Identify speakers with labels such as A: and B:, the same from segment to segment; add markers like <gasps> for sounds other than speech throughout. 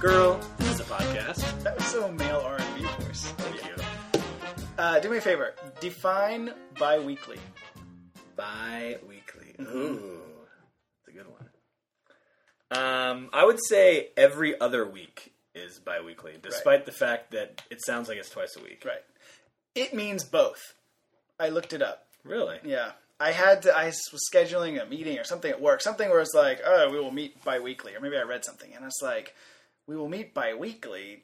A: Girl is a podcast.
B: That was so male R&B voice.
A: Thank you.
B: Uh, do me a favor. Define bi-weekly.
A: Bi-weekly. Ooh, it's a good one. Um, I would say every other week is bi-weekly, despite the fact that it sounds like it's twice a week.
B: Right. It means both. I looked it up.
A: Really?
B: Yeah. I had to, I s- was scheduling a meeting or something at work, something where it's like, oh, we will meet bi-weekly. Or maybe I read something and it's like, we will meet bi-weekly.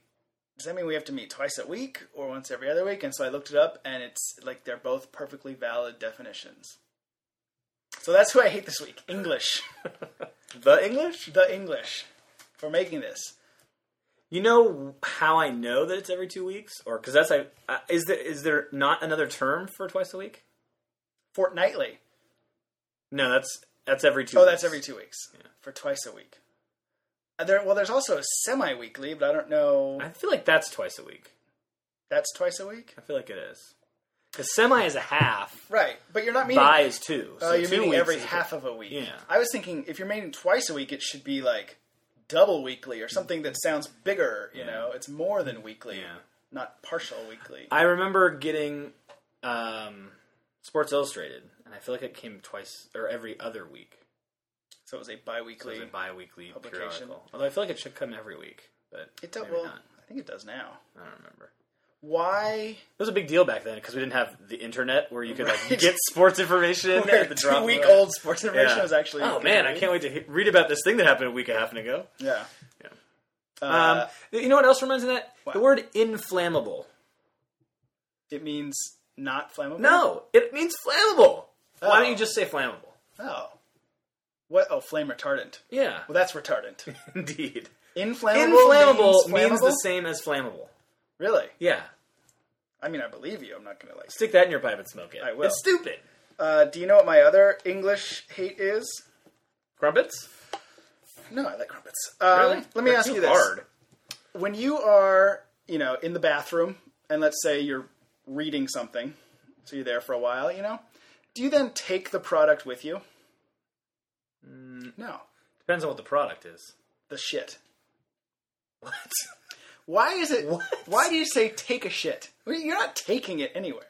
B: Does that mean we have to meet twice a week or once every other week? And so I looked it up and it's like they're both perfectly valid definitions. So that's who I hate this week. English.
A: The English?
B: the English for making this.
A: <laughs> You know how I know that it's every two weeks, or because that's I uh, is there is there not another term for twice a week?
B: Fortnightly.
A: No, that's that's every two.
B: Oh,
A: weeks.
B: that's every two weeks for twice a week. Uh, There, well, there's also semi-weekly, but I don't know.
A: I feel like that's twice a week.
B: That's twice a week,
A: I feel like it is because semi is a half,
B: right? But you're not meeting.
A: bi is two.
B: oh,
A: So
B: you're
A: two
B: meeting
A: weeks
B: every
A: is-
B: half of a week.
A: Yeah.
B: I was thinking if you're meeting twice a week, it should be like double weekly or something that sounds bigger. You know, it's more than weekly,
A: Yeah.
B: not partial weekly.
A: I remember getting um, Sports Illustrated, and I feel like it came twice or every other week.
B: so it was a
A: It
B: bi-weekly.
A: was a bi-weekly
B: Publication.
A: periodical. Although I feel like it should come every week, but
B: it does.
A: maybe
B: Well,
A: not.
B: I think it does now.
A: I don't remember. <laughs>
B: Why?
A: It was a big deal back then because we didn't have the internet where you could
B: Right.
A: like get sports information
B: <laughs> Where
A: at the drop of a-
B: week old sports
A: Yeah.
B: information was actually.
A: Oh man, I can't wait to he- read about this thing that happened a week and a half ago.
B: Yeah.
A: Yeah.
B: Uh,
A: Um, you know what else reminds me of that? The
B: What?
A: word inflammable.
B: it means not flammable.
A: No, it means flammable. Why
B: Oh.
A: don't you just say flammable?
B: Oh. What? Oh, flame retardant. <laughs>
A: Yeah,
B: Well,
A: <laughs>
B: that's retardant.
A: indeed.
B: Inflammable.
A: Inflammable
B: means,
A: means the
B: flammable?
A: same as flammable.
B: Really?
A: Yeah,
B: I mean, I believe you. I'm not gonna like.
A: stick that in your pipe and smoke it.
B: I will.
A: It's stupid.
B: Uh, do you know what my other English hate is?
A: Crumpets.
B: No, I like crumpets. Um, Let me
A: They're
B: ask
A: too
B: you this:
A: Hard.
B: When you are, you know, in the bathroom, and let's say you're reading something, so you're there for a while, you know, do you then take the product with you?
A: Mm.
B: No,
A: Depends on what the product is. <laughs>
B: the shit.
A: What?
B: Why is it?
A: What?
B: Why do you say take a shit? I mean, You're not taking it anywhere.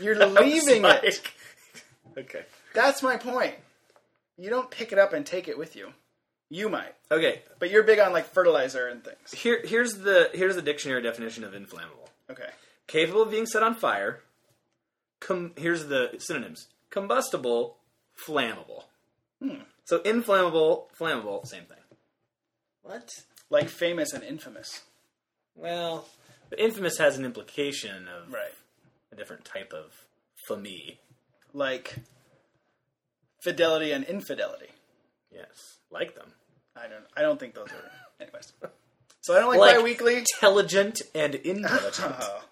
B: You're
A: I was
B: leaving it.
A: like- Okay.
B: That's my point. You don't pick it up and take it with you. You might,
A: Okay.
B: but you're big on like fertilizer and things.
A: Here, here's the here's the dictionary definition of inflammable.
B: Okay.
A: Capable of being set on fire. Com- here's the synonyms: combustible, flammable.
B: Hmm.
A: So inflammable, flammable, same thing. What?
B: Like famous and infamous.
A: Well, the infamous has an implication of
B: Right.
A: a different type of fami.
B: Like fidelity and infidelity.
A: Yes, like them.
B: I don't. I don't think those are. Anyways. So I don't like,
A: Like-
B: bi-weekly.
A: Intelligent and intelligent. <laughs>
B: <laughs>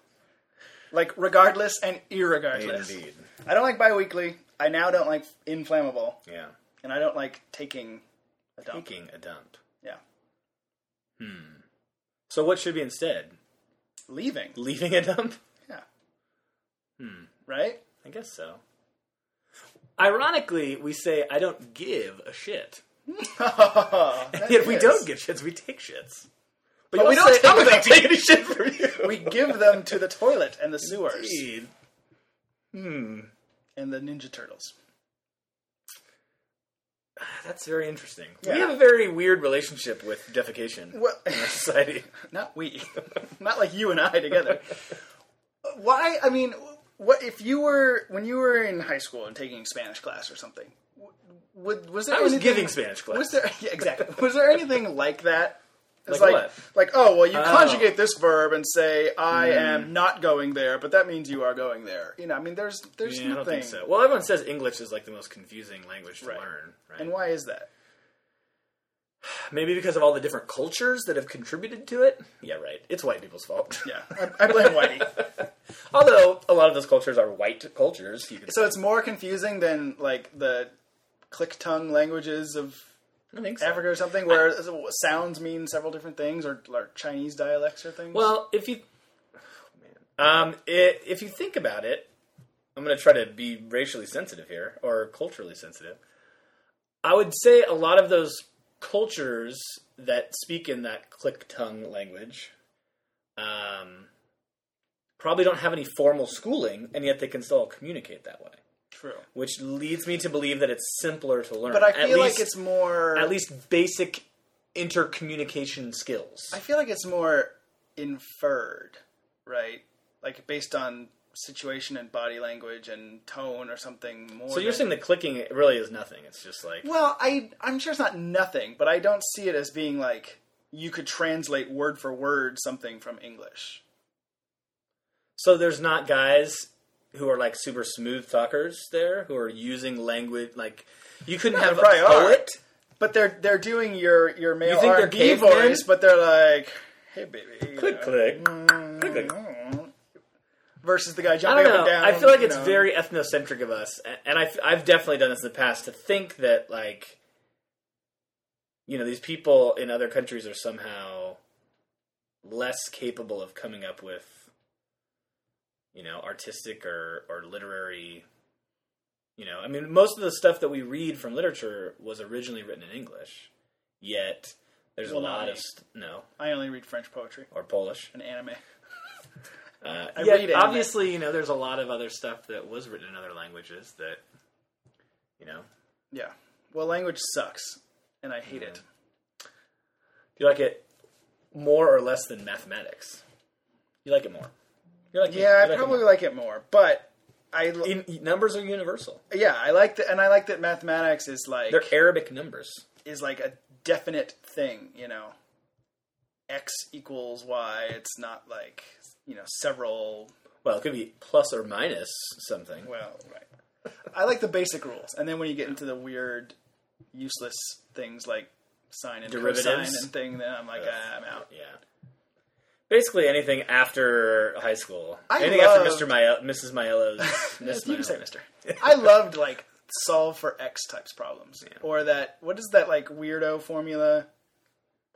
B: Like regardless and irregardless. I don't like bi-weekly. I now don't like inflammable,
A: Yeah.
B: and I don't like taking a dump.
A: Taking a dump.
B: Yeah.
A: So what should be instead?
B: Leaving.
A: Leaving a dump?
B: Yeah.
A: Hmm. <laughs>
B: Right?
A: I guess so. Ironically, we say I don't give a shit.
B: That
A: Yet we
B: is.
A: don't give shits, we take shits. But,
B: we
A: you
B: don't
A: don't say,
B: take
A: I'm not
B: them.
A: taking any shit from you.
B: We give them to the toilet and the sewers
A: Indeed.
B: and the Ninja Turtles.
A: Ah, That's very interesting.
B: Yeah.
A: We have a very weird relationship with defecation
B: Well,
A: in our society.
B: <laughs>
A: <laughs>
B: not we, not like you and I together. Why? I mean, what if you were when you were in high school and taking Spanish class or something? w- Would was there?
A: I was
B: anything-
A: giving Spanish class.
B: Was there <laughs> yeah, exactly? Was there anything like that? It's
A: Like
B: like,
A: what?
B: like, oh well, you conjugate this verb and say I
A: Hmm.
B: am not going there, but that means you are going there. You know, I mean, there's there's
A: Yeah, I
B: nothing.
A: don't think so. Well, everyone says English is like the most confusing language to
B: Right.
A: learn, right?
B: And why is that?
A: Maybe because of all the different cultures that have contributed to it. Yeah, right. It's white people's fault. <laughs>
B: Yeah, I, I blame Whitey.
A: Although a lot of those cultures are white cultures, you could
B: So it's more confusing than like the click tongue languages of
A: I think so.
B: Africa or something, where sounds mean several different things, or, or Chinese dialects or things.
A: Well, if you,
B: Oh,
A: um, i if you think about it, I'm going to try to be racially sensitive here or culturally sensitive. I would say a lot of those cultures that speak in that click tongue language um, probably don't have any formal schooling, and yet they can still communicate that way.
B: True.
A: Which leads me to believe that it's simpler to learn.
B: But I
A: At
B: feel
A: least-
B: like it's more.
A: at least basic intercommunication skills.
B: I feel like it's more inferred, right? Like based on situation and body language and tone or something more.
A: so you're
B: than-
A: saying the clicking really is nothing. It's just like
B: Well, I I'm sure it's not nothing, but I don't see it as being like you could translate word for word something from English.
A: so there's not guys who are like super smooth talkers there who are using language like you couldn't have a
B: there probably are.
A: poet.
B: But they're they're doing your your male
A: You think they're
B: R&B
A: cavemen?
B: voice, but they're like, hey baby, you
A: Click
B: know.
A: click. click, click.
B: versus the guy
A: I
B: jumping
A: don't know.
B: up and down.
A: I feel like
B: you
A: it's
B: know.
A: very ethnocentric of us, a- and I've, I've definitely done this in the past to think that like, you know, these people in other countries are somehow less capable of coming up with, you know, artistic or or literary. You know, I mean, most of the stuff that we read from literature was originally written in English, yet there's
B: Well,
A: a lot
B: not
A: of
B: me.
A: st- no
B: I only read French poetry
A: or Polish.
B: and anime.
A: Uh,
B: I
A: yeah,
B: read anime.
A: obviously, you know, there's a lot of other stuff that was written in other languages that, you know.
B: Yeah. Well, language sucks, and I hate it.
A: Do you like it more or less than mathematics? You like it more. You like
B: Yeah,
A: you
B: I
A: like
B: probably
A: It
B: like it more, but I l-
A: more. In- e, numbers are universal.
B: yeah, I like that, and I like that mathematics is like
A: They're Arabic numbers.
B: is like a definite thing, you know. X equals Y. It's not like you know several.
A: Well, it could be plus or minus something.
B: Well, right. I like the basic rules, and then when you get into the weird, useless things like sine and cosine
A: Derivatives?
B: and thing, then I'm like, ah, I'm out.
A: Yeah. Basically, anything after high school.
B: I
A: anything
B: loved-
A: after Mr. Mael- Mrs. Maiello's. Miss
B: <laughs> You can say
A: Maiello. <laughs>
B: Mister. I loved like solve for X types problems, or that what is that like weirdo formula?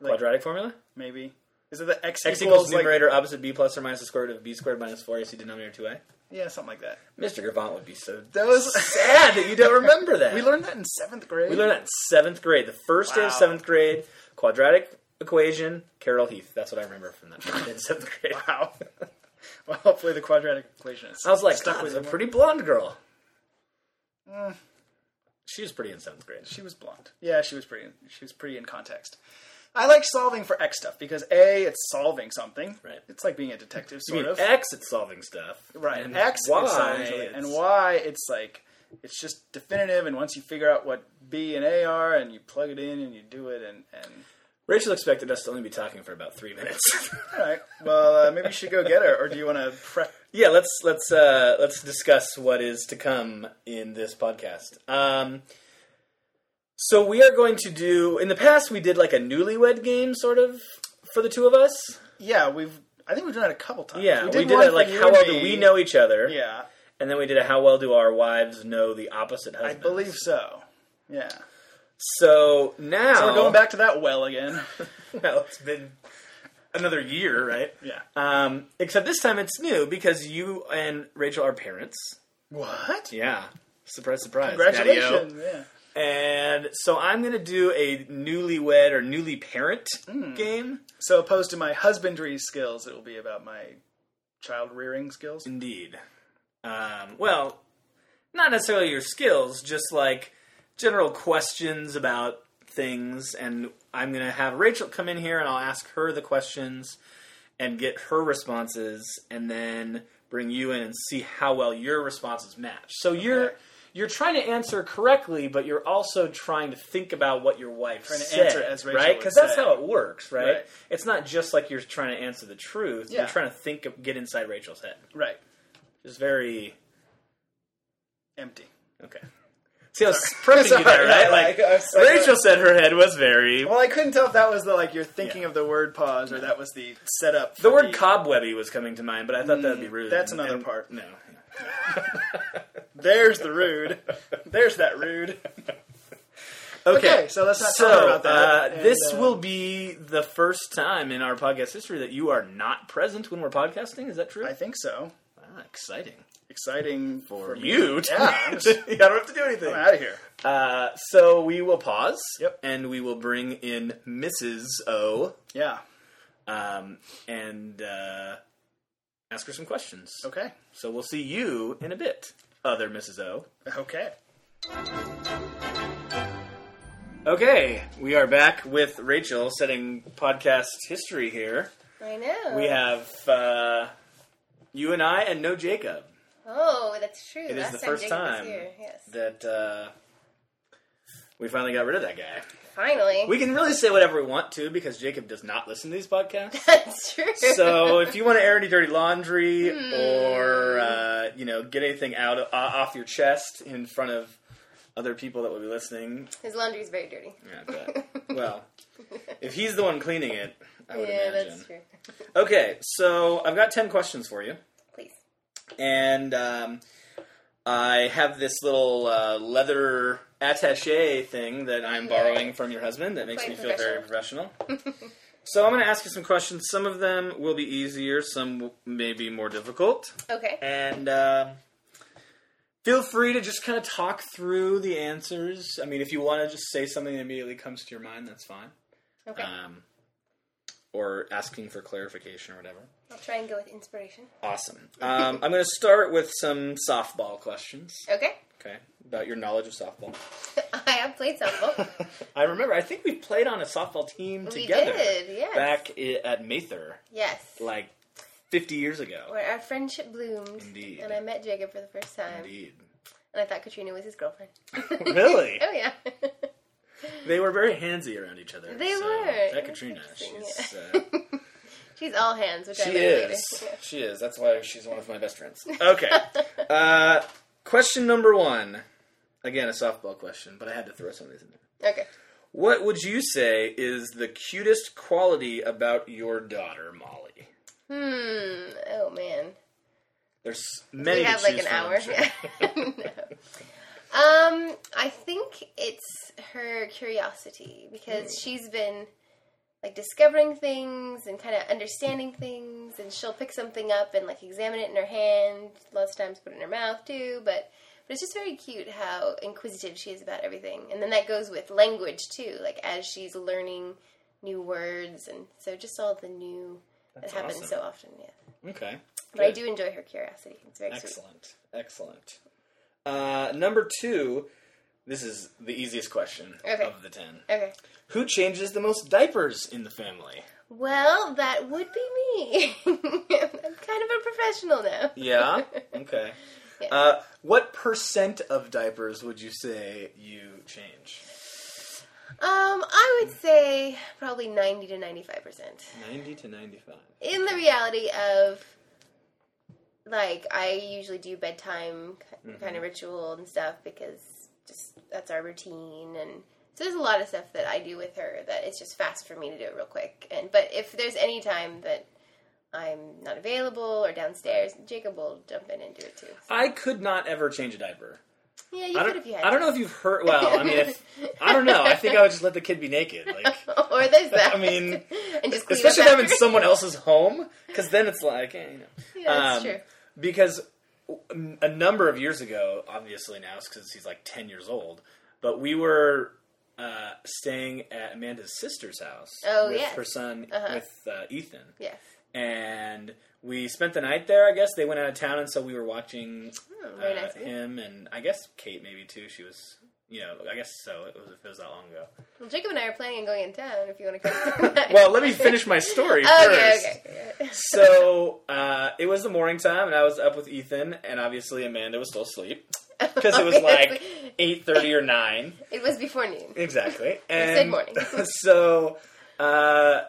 B: Like,
A: Quadratic formula?
B: maybe is it the X,
A: X equals
B: like,
A: numerator opposite b plus or minus the square root of b squared minus 4ac denominator 2a?
B: yeah something like that.
A: Mr. Gravant would be so
B: That <laughs> was
A: sad that you don't remember that.
B: <laughs> we learned that in seventh grade.
A: We learned that in seventh grade, the first day of
B: Wow.
A: seventh grade, quadratic equation, Carol Heath. That's what I remember from that in seventh grade.
B: Wow. <laughs> well, hopefully the quadratic equation is.
A: I was like,
B: stuck
A: "God,
B: with
A: there's
B: it.
A: a pretty blonde girl.
B: Mm.
A: She was pretty in seventh grade.
B: She was blonde. Yeah, she was pretty. She was pretty in context. I like solving for X stuff because a it's solving something.
A: Right.
B: It's like being a detective,
A: I
B: sort
A: mean,
B: of.
A: X it's solving stuff,
B: right.
A: And
B: X
A: Y,
B: is solving something, and
A: it's-
B: Y it's like it's just definitive. And once you figure out what B and A are, and you plug it in and you do it, and and
A: Rachel expected us to only be talking for about three minutes. <laughs>
B: all right. Well, uh, maybe you should go get her, or do you want to prep?
A: yeah let's let's uh let's discuss what is to come in this podcast um so we are going to do in the past we did like a newlywed game sort of for the two of us
B: Yeah, we've. I think we've done it a couple times.
A: yeah we did,
B: one
A: a,
B: for
A: like
B: you
A: how
B: and
A: well do we
B: me.
A: know each other
B: Yeah,
A: and then we did a how well do our wives know the opposite
B: I
A: husband
B: believe so. Yeah.
A: so now
B: We're going back to that well again.
A: <laughs> well, it's been another year right
B: Yeah.
A: um except this time it's new because you and rachel are parents
B: What?
A: yeah surprise surprise Daddy-o.
B: Congratulations. Yeah.
A: And so I'm going to do a newlywed or newly parent game.
B: So opposed to my husbandry skills, it will be about my child rearing skills.
A: Indeed. Um, well, not necessarily your skills, just like general questions about things. And I'm going to have Rachel come in here and I'll ask her the questions and get her responses and then bring you in and see how well your responses match. So you're.
B: Okay.
A: You're trying to answer correctly, but you're also trying to think about what your wife
B: to
A: said,
B: answer as Rachel
A: right?
B: would
A: Because that's
B: say.
A: how it works, right?
B: Right.
A: It's not just like you're trying to answer the truth.
B: Yeah.
A: You're trying to think, of, get inside Rachel's head.
B: Right.
A: It's very
B: Empty.
A: okay. See, I was <laughs> prepping you there,
B: Sorry,
A: right?
B: no,
A: Like,
B: I- I was <laughs> like-
A: Rachel said her head was very.
B: Well, I couldn't tell if that was the like you're thinking
A: Yeah.
B: of the word pause or that was the setup.
A: The word cobwebby was coming to mind, but I thought that'd be rude.
B: Mm, that's
A: and-
B: another
A: and-
B: part.
A: No.
B: There's
A: <laughs>
B: the rude. There's that rude.
A: Okay.
B: Okay, so let's not
A: so,
B: talk about that.
A: Uh,
B: And,
A: this
B: uh,
A: will be the first time in our podcast history that you are not present when we're podcasting. Is that true?
B: I think so.
A: ah, exciting.
B: exciting for, me.
A: you.
B: Yeah,
A: <laughs>
B: I'm just-
A: I don't have to do anything.
B: I'm out of here.
A: Uh, so we will pause.
B: Yep.
A: And we will bring in Mrs. O.
B: Yeah.
A: Um, and uh, ask her some questions.
B: Okay.
A: So we'll see you in a bit, other Mrs. O.
B: Okay.
A: Okay, we are back with Rachel setting podcast history here.
C: I know.
A: We have uh, you and I, and no Jacob.
C: Oh, that's true.
A: It is
C: Last
A: the first
C: Jacob was
A: time
C: here, Yes.
A: that uh, we finally got rid of that guy.
C: Finally.
A: We can really say whatever we want to because Jacob does not listen to these podcasts.
C: <laughs> that's true. <laughs>
A: So if you want to air any dirty laundry
C: Hmm.
A: or uh, you know get anything out of, uh, off your chest in front of other people that will be listening,
C: His laundry is very dirty.
A: yeah,
C: <laughs>
A: but, well, if he's the one cleaning it, I would
C: yeah,
A: imagine.
C: that's true.
A: Okay, so I've got ten questions for you.
C: Please.
A: and um, I have this little uh, leather attaché thing that I'm borrowing from your husband that makes
C: Quite
A: me feel very professional.
C: <laughs>
A: so I'm going to ask you some questions. Some of them will be easier, some w- may be more difficult,
C: Okay.
A: and. um Feel free to just kind of talk through the answers. I mean, if you want to just say something that immediately comes to your mind, that's fine.
C: Okay.
A: Um, or asking for clarification or whatever.
C: I'll try and go with inspiration.
A: Awesome. Um, I'm going to start with some softball questions.
C: Okay. <laughs>
A: Okay, about your knowledge of softball.
C: I have played
A: <laughs>
C: softball.
A: I remember. I think we played on a softball team
C: we
A: together
C: did, yes.
A: back i- at Mather,
C: Yes.
A: like 50 years ago.
C: Where our friendship bloomed.
A: Indeed.
C: And I met Jacob for the first time. <laughs>
A: Indeed.
C: And I thought Katrina was his girlfriend.
A: Really?
C: oh, yeah. <laughs>
A: They were very handsy around each other.
C: They
A: so
C: were.
A: That
C: That's
A: Katrina,
C: interesting,
A: she's
C: <laughs>
A: uh,
C: She's all hands, which I
A: she
C: learned
A: is.
C: later.
A: She is. That's why she's one of my best
C: <laughs>
A: friends. Okay. Uh, question number one. Again, a softball question, but I had to throw some of these in there.
C: Yeah. <laughs> Okay.
A: What would you say is the cutest quality about your daughter, Molly?
C: Hmm. Oh, man.
A: There's many.
C: we
A: to
C: have like
A: choose
C: an
A: from,
C: hour.
A: I'm sure.
C: <laughs> No. Um, I think it's her curiosity because
A: Hmm.
C: she's been like discovering things and kind of understanding things, and she'll pick something up and like examine it in her hand. Lots of times, put it in her mouth too, but. But it's just very cute how inquisitive she is about everything. And then that goes with language too, like as she's learning new words and so just all the new
A: That's
C: that happens
A: awesome.
C: so often,
A: <laughs>
C: yeah.
A: Okay.
C: But I
A: Good.
C: do enjoy her curiosity. It's very sweet.
A: Excellent. Excellent. Uh, number two. This is the easiest question
C: Okay.
A: of the ten.
C: Okay.
A: Who changes the most diapers in the family?
C: Well, that would be me. <laughs> I'm kind of a professional now. <laughs>
A: Yeah. Okay.
C: Yeah.
A: Uh, what percent of diapers would you say you change?
C: Um, I would say probably 90 to 95 percent.
A: Ninety to ninety-five.
C: In the reality of, like, I usually do bedtime ki
A: Mm-hmm.
C: kind of ritual and stuff because just that's our routine and. So there's a lot of stuff that I do with her that it's just fast for me to do it real quick. And but if there's any time that I'm not available or downstairs, Jacob will jump in and do it too.
A: I could not ever change a diaper.
C: Yeah, you
A: I
C: could
A: don't,
C: if you had.
A: I don't know if you've heard. Well, I mean, if, I don't know. I think I would just let the kid be naked. Like,
C: <laughs> or there's
A: <laughs>
C: that.
A: I mean,
C: and <laughs> just clean
A: especially
C: up
A: if I'm in
C: after.
A: someone else's home, because then it's like, eh, you know.
C: <laughs> Yeah, that's
A: Um,
C: true.
A: Because w- a number of years ago, obviously now, because he's like ten years old, but we were uh, staying at Amanda's sister's house
C: Oh,
A: with
C: yes.
A: her son
C: Uh-huh.
A: with uh, Ethan,
C: Yes.
A: and we spent the night there. I guess they went out of town, and so we were watching
C: Oh, very
A: uh,
C: nice.
A: him and I guess Kate maybe too. She was, you know, I guess so. It was, it was that long ago.
C: Well, Jacob and I are planning on going in town. If you want to come.
A: <laughs>
C: <laughs>
A: Well, let me finish my story
C: okay,
A: first.
C: okay. okay.
A: So uh, it was the morning time, and I was up with Ethan, and obviously Amanda was still
C: <laughs>
A: asleep because it was like eight thirty or nine
C: it was before noon. <laughs>
A: exactly.
C: said
A: And
C: morning.
A: <laughs> so uh,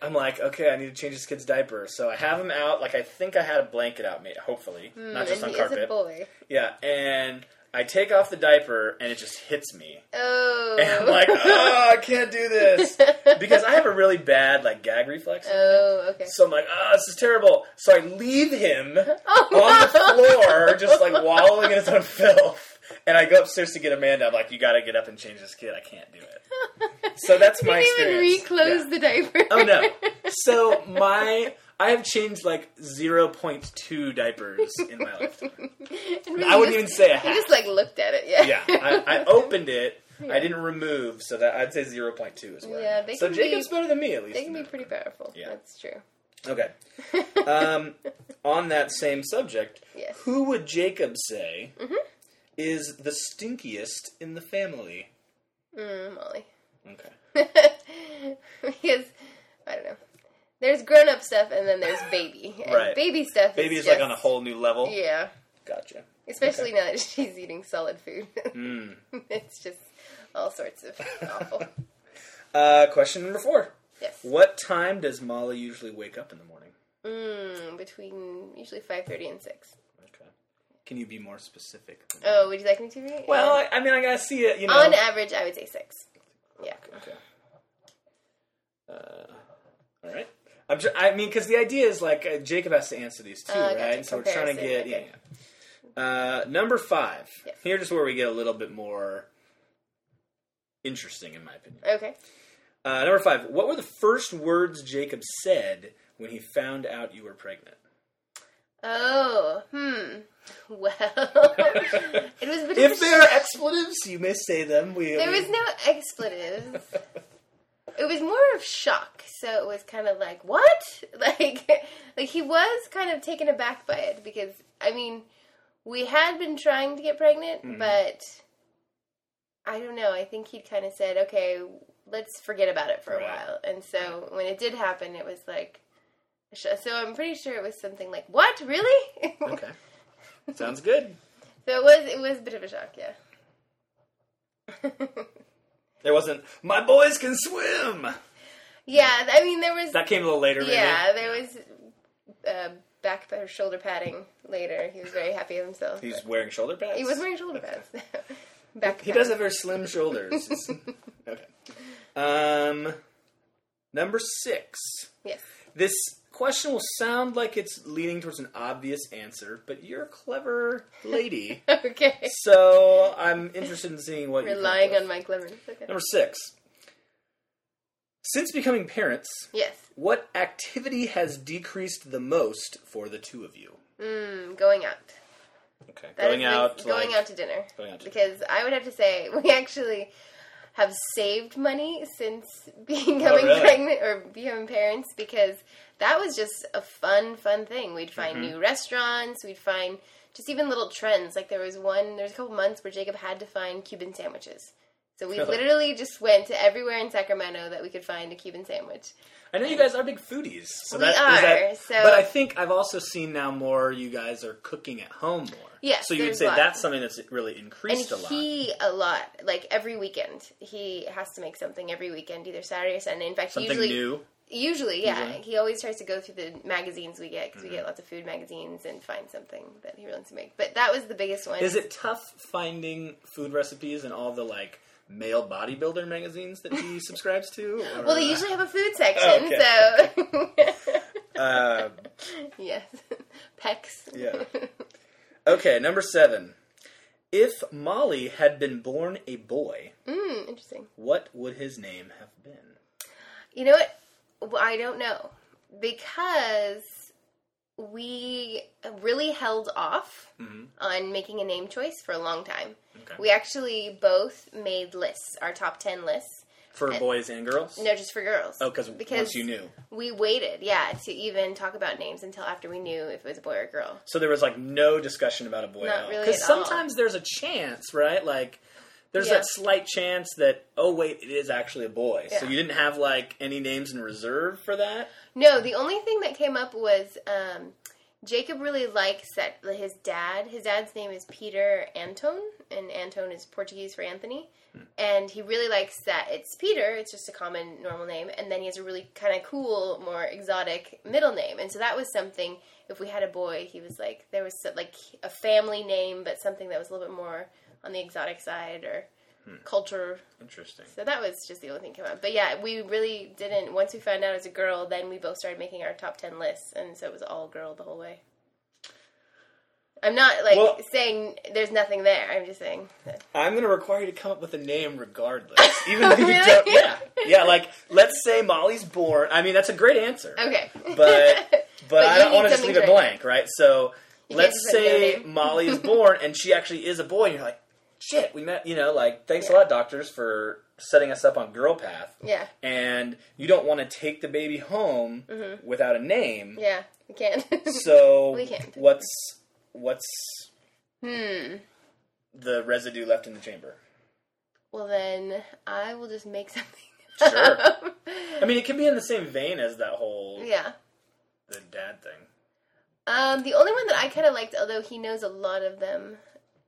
A: I'm like, okay, I need to change this kid's diaper. So I have him out. Like I think I had a blanket out, made hopefully, not just on
C: Hmm, and he
A: carpet.
C: is
A: <laughs>
C: a boy.
A: Yeah, and I take off the diaper, and it just hits me. <laughs>
C: Oh.
A: And I'm
C: <laughs>
A: like, oh, I can't do this because I have a really bad like gag reflex.
C: oh, okay.
A: So I'm like, oh, this is terrible. So I leave him
C: Oh,
A: on the
C: no. <laughs>
A: floor, just like wallowing in his own filth. And I go upstairs to get Amanda. I'm like, you got to get up and change this kid. I can't do it. So that's my
C: <laughs> Didn't even
A: experience. Oh,
C: reclose
A: Yeah.
C: the diaper.
A: Oh no. So my I have changed like 0.2 diapers in my lifetime.
C: <laughs> And really
A: I wouldn't
C: just-
A: even say a
C: You
A: half.
C: just like looked at it, yeah.
A: yeah, I, I opened it. I didn't remove, so that I'd say 0.2 as well.
C: Yeah, they
A: so
C: can
A: Jacob's
C: be-
A: better than me at least.
C: <laughs> They can
A: in
C: be
A: that.
C: pretty powerful.
A: Yeah.
C: That's true.
A: Okay. Um, on that same subject,
C: Yes.
A: who would Jacob say is the stinkiest in the family?
C: Mm, Molly.
A: Okay.
C: <laughs> because I don't know. There's grown up stuff and then there's
A: <laughs>
C: baby. And
A: Right.
C: baby stuff
A: Baby
C: is,
A: is
C: just,
A: like on a whole new level.
C: Yeah.
A: Gotcha.
C: Especially now that <laughs> she's eating solid food. <laughs>
A: Mm.
C: it's just all sorts of
A: <laughs>
C: awful.
A: Uh, question number four.
C: Yes.
A: What time does Molly usually wake up in the morning?
C: Mm, between usually five thirty and six.
A: Okay. Can you be more specific? than that?
C: Oh, would you like me to read?
A: well, I, I mean, I gotta see it. You know.
C: on average, I would say six. Yeah.
A: Okay. Uh, all right. I'm tr- I mean, because the idea is like uh, Jacob has to answer these two,
C: Oh, I
A: right?
C: gotcha.
A: So we're trying to get
C: Comparison,
A: yeah.
C: okay.
A: yeah. Uh, number five.
C: Yes.
A: Here's where we get a little bit more interesting, in my opinion.
C: Okay.
A: Uh, number five. What were the first words Jacob said when he found out you were pregnant?
C: Oh, hmm. <laughs>
A: <laughs>
C: Well, it was a bit of
A: If
C: a
A: there are expletives, you may say them. We
C: There
A: we-
C: was no expletives. it was more of shock, so it was kind of like, "What?" <laughs> Like, like he was kind of taken aback by it because I mean, we had been trying to get pregnant, but I don't know. I think he'd kind of said, "Okay, let's forget about it for
A: Right.
C: a while," and so when it did happen, it was like. a sho- So I'm pretty sure it was something like what really? <laughs>
A: Okay. Sounds good.
C: so it was it was a bit of a shock, yeah.
A: There wasn't. My boys can swim.
C: Yeah, I mean there was
A: That came a little later. Maybe.
C: Yeah, there was uh, back or shoulder padding later. He was very happy with himself.
A: He's wearing shoulder pads.
C: he was wearing shoulder pads. <laughs> back.
A: He does have very slim shoulders. <laughs> It's- okay. Um, number six.
C: Yes. <laughs>
A: This question will sound like it's leaning towards an obvious answer, but you're a clever
C: <laughs>
A: lady,
C: Okay.
A: so I'm interested in seeing what you're
C: Relying on my cleverness. Okay.
A: Number six. Since becoming parents,
C: Yes.
A: what activity has decreased the most for the two of you?
C: Mm, going out.
A: Okay,
C: That
A: going
C: is my-
A: out,
C: going
A: like-
C: out to dinner.
A: going out to
C: because I would have to say <laughs> we actually have saved money since <laughs> becoming
A: Oh, really?
C: pregnant or becoming parents because that was just a fun, fun thing. We'd find
A: Mm-hmm.
C: new restaurants. We'd find just even little trends. Like there was one, there was a couple months where Jacob had to find Cuban sandwiches. So we literally just went to everywhere in Sacramento that we could find a Cuban sandwich.
A: I know you guys are big foodies. So
C: We
A: that, is
C: are,
A: that-
C: so-
A: but I think I've also seen now more. You guys are cooking at home more.
C: Yes,
A: So you would
C: there's
A: say
C: lots.
A: that's something that's really
C: And
A: increased a lot.
C: he a lot, like every weekend, he has to make something every weekend, either Saturday or Sunday. In fact,
A: something
C: usually
A: new.
C: Usually, yeah.
A: Usually. Mm-hmm.
C: He always tries to go through the magazines we get because we get lots of food magazines and find something that he wants to make. But that was the biggest one.
A: Is it tough finding food recipes in all the like male bodybuilder magazines that
C: <laughs>
A: he subscribes to? Or,
C: Well, they usually have a
A: Oh,
C: food section,
A: Okay. <laughs>
C: so
A: Uh,
C: yes, <laughs> pecs. <laughs>
A: Yeah. okay, number seven. If Molly had been born a boy,
C: mm, interesting.
A: what would his name have been?
C: You know what? Well, I don't know because we really held off on making a name choice for a long time.
A: Mm-hmm. Okay.
C: We actually both made lists, our top ten lists.
A: For boys and girls?
C: No, just for girls.
A: Oh, cause once you knew.
C: we waited, yeah, to even talk about names until after we knew if it was a boy or a girl.
A: So there was like no discussion about a boy.
C: Not
A: at all.
C: really at all.
A: sometimes there's a chance, right? Like there's
C: Yeah.
A: that slight chance that oh wait, it is actually a boy. So
C: Yeah.
A: you didn't have like any names in reserve for that.
C: No, the only thing that came up was um, Jacob really likes that his dad. His dad's name is Peter Antone, and Antone is Portuguese for Anthony. And he really likes that it's Peter. It's just a common normal name, and then he has a really kind of cool, more exotic middle name. And so that was something. If we had a boy, he was like there was like a family name, but something that was a little bit more on the exotic side or culture
A: Interesting.
C: So that was just the only thing that came up. But yeah, we really didn't. Once we found out as a girl, then we both started making our top ten lists, and so it was all girl the whole way. I'm not like
A: Well-
C: saying there's nothing there. I'm just saying. that-
A: I'm going to require you to come up with a name regardless, even
C: <laughs>
A: though you
C: Really?
A: don't. Yeah, yeah. Like, let's say Molly's born. I mean, that's a great answer,
C: Okay.
A: but
C: <laughs>
A: but,
C: But
A: I
C: you
A: don't want
C: need
A: to just
C: something
A: leave
C: to
A: it
C: write.
A: blank, right? So
C: You can't
A: let's
C: just put no
A: say
C: name.
A: Molly
C: <laughs>
A: is born and she actually is a boy, and you're like, shit, we met. You know, like, thanks a
C: Yeah.
A: lot, doctors, for setting us up on Girl Path.
C: yeah.
A: And you don't want to take the baby home without a name.
C: Mm-hmm. Yeah. We <laughs> can.
A: So
C: We can't.
A: what's what's
C: hmm.
A: the residue left in the chamber?
C: Well then, I will just make something. <laughs>
A: Sure.
C: up.
A: I mean, it can be in the same vein as that whole
C: yeah.
A: the dad thing.
C: Um, the only one that I kind of liked, although he knows a lot of them,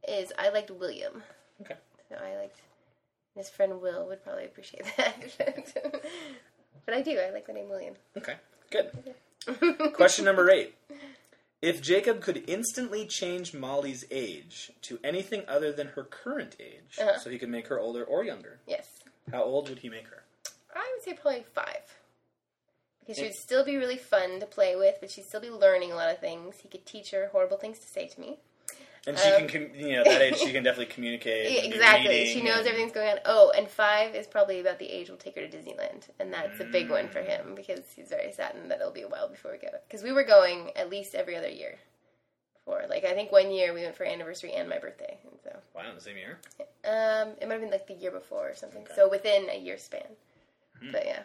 C: is I liked William.
A: Okay.
C: So I liked his friend Will would probably appreciate <laughs> that. but I do. I like the name William.
A: Okay, good.
C: <laughs>
A: Question number eight: If Jacob could instantly change Molly's age to anything other than her current age,
C: Uh-huh.
A: so he could make her older or younger,
C: Yes.
A: how old would he make her?
C: I would say probably five. Because she would still be really fun to play with, but she'd still be learning a lot of things. He could teach her horrible things to say to me.
A: And she can, com- you know, at that age she can definitely
C: <laughs>
A: communicate. and do
C: Um, exactly.
A: reading
C: She knows
A: and-
C: everything's going on. Oh, and five is probably about the age we'll take her to Disneyland. And that's a big one for him because he's very saddened that it'll be a while before we go. Because we were going at least every other year before. Like, I think one year we went for anniversary and my birthday. And so,
A: Wow, in the same year.
C: um, it might have been like the year before or something. So within a year span.
A: Hmm.
C: But yeah.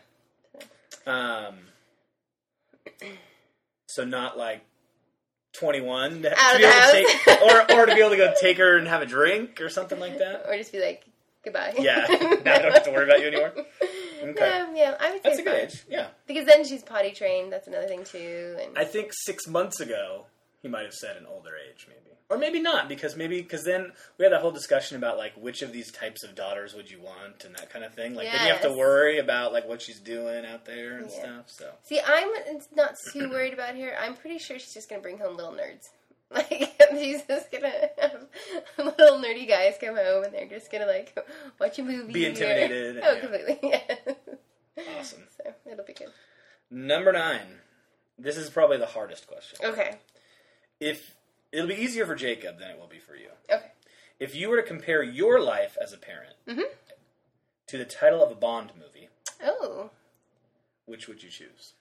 A: Um, so not like twenty-one to,
C: Out
A: to
C: of
A: be
C: the
A: able to
C: house.
A: take, or or to be able to
C: <laughs>
A: go take her and have a drink or something like that.
C: Or just be like, goodbye. <laughs>
A: Yeah, now I don't have to worry about you anymore. Okay,
C: Um, yeah, I would say
A: that's a good
C: five.
A: age. Yeah,
C: Because then she's potty trained. That's another thing too. And
A: I think six months ago he might have said an older age, maybe, or maybe not, because maybe because then we had that whole discussion about like which of these types of daughters would you want and that kind of thing. Like then you have to
C: Yes.
A: worry about like what she's doing out there and
C: Yeah.
A: stuff. So
C: <gasps> see, I'm not
A: <clears throat>
C: too worried about her. I'm pretty sure she's just gonna bring home little nerds. <laughs> Like she's just gonna have <laughs> little nerdy guys come home and they're just gonna like watch a movie.
A: Be
C: or-
A: intimidated and-
C: <laughs> Oh,
A: yeah.
C: completely. Yeah.
A: awesome.
C: So it'll be good.
A: Number nine. This is probably the hardest question.
C: Okay.
A: if it'll be easier for Jacob than it will be for you.
C: Okay.
A: If you were to compare your life as a parent
C: Mm-hmm.
A: to the title of a Bond movie,
C: Oh.
A: which would you choose?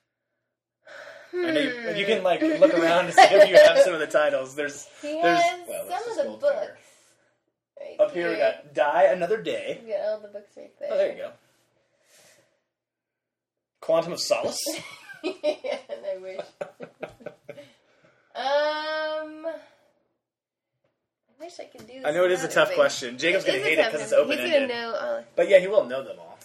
A: I know you, you can
C: Hmm.
A: like look around to see if you have some of the titles. There's
C: He
A: there's
C: has
A: well, let's
C: some
A: just
C: of the
A: go up
C: books.
A: there.
C: Right
A: Up here we got Die Another Day.
C: We got all the books right there.
A: Oh, there you go. Quantum of Solace.
C: <laughs> yeah, <laughs> and I wish. um, I wish I could do. This
A: I know it is a
C: without
A: tough
C: thing.
A: question. Jacob's
C: It
A: gonna
C: is a
A: hate it
C: tough
A: because it's
C: one.
A: open
C: He's gonna
A: ended.
C: know. uh, all-
A: But yeah, he will know them all.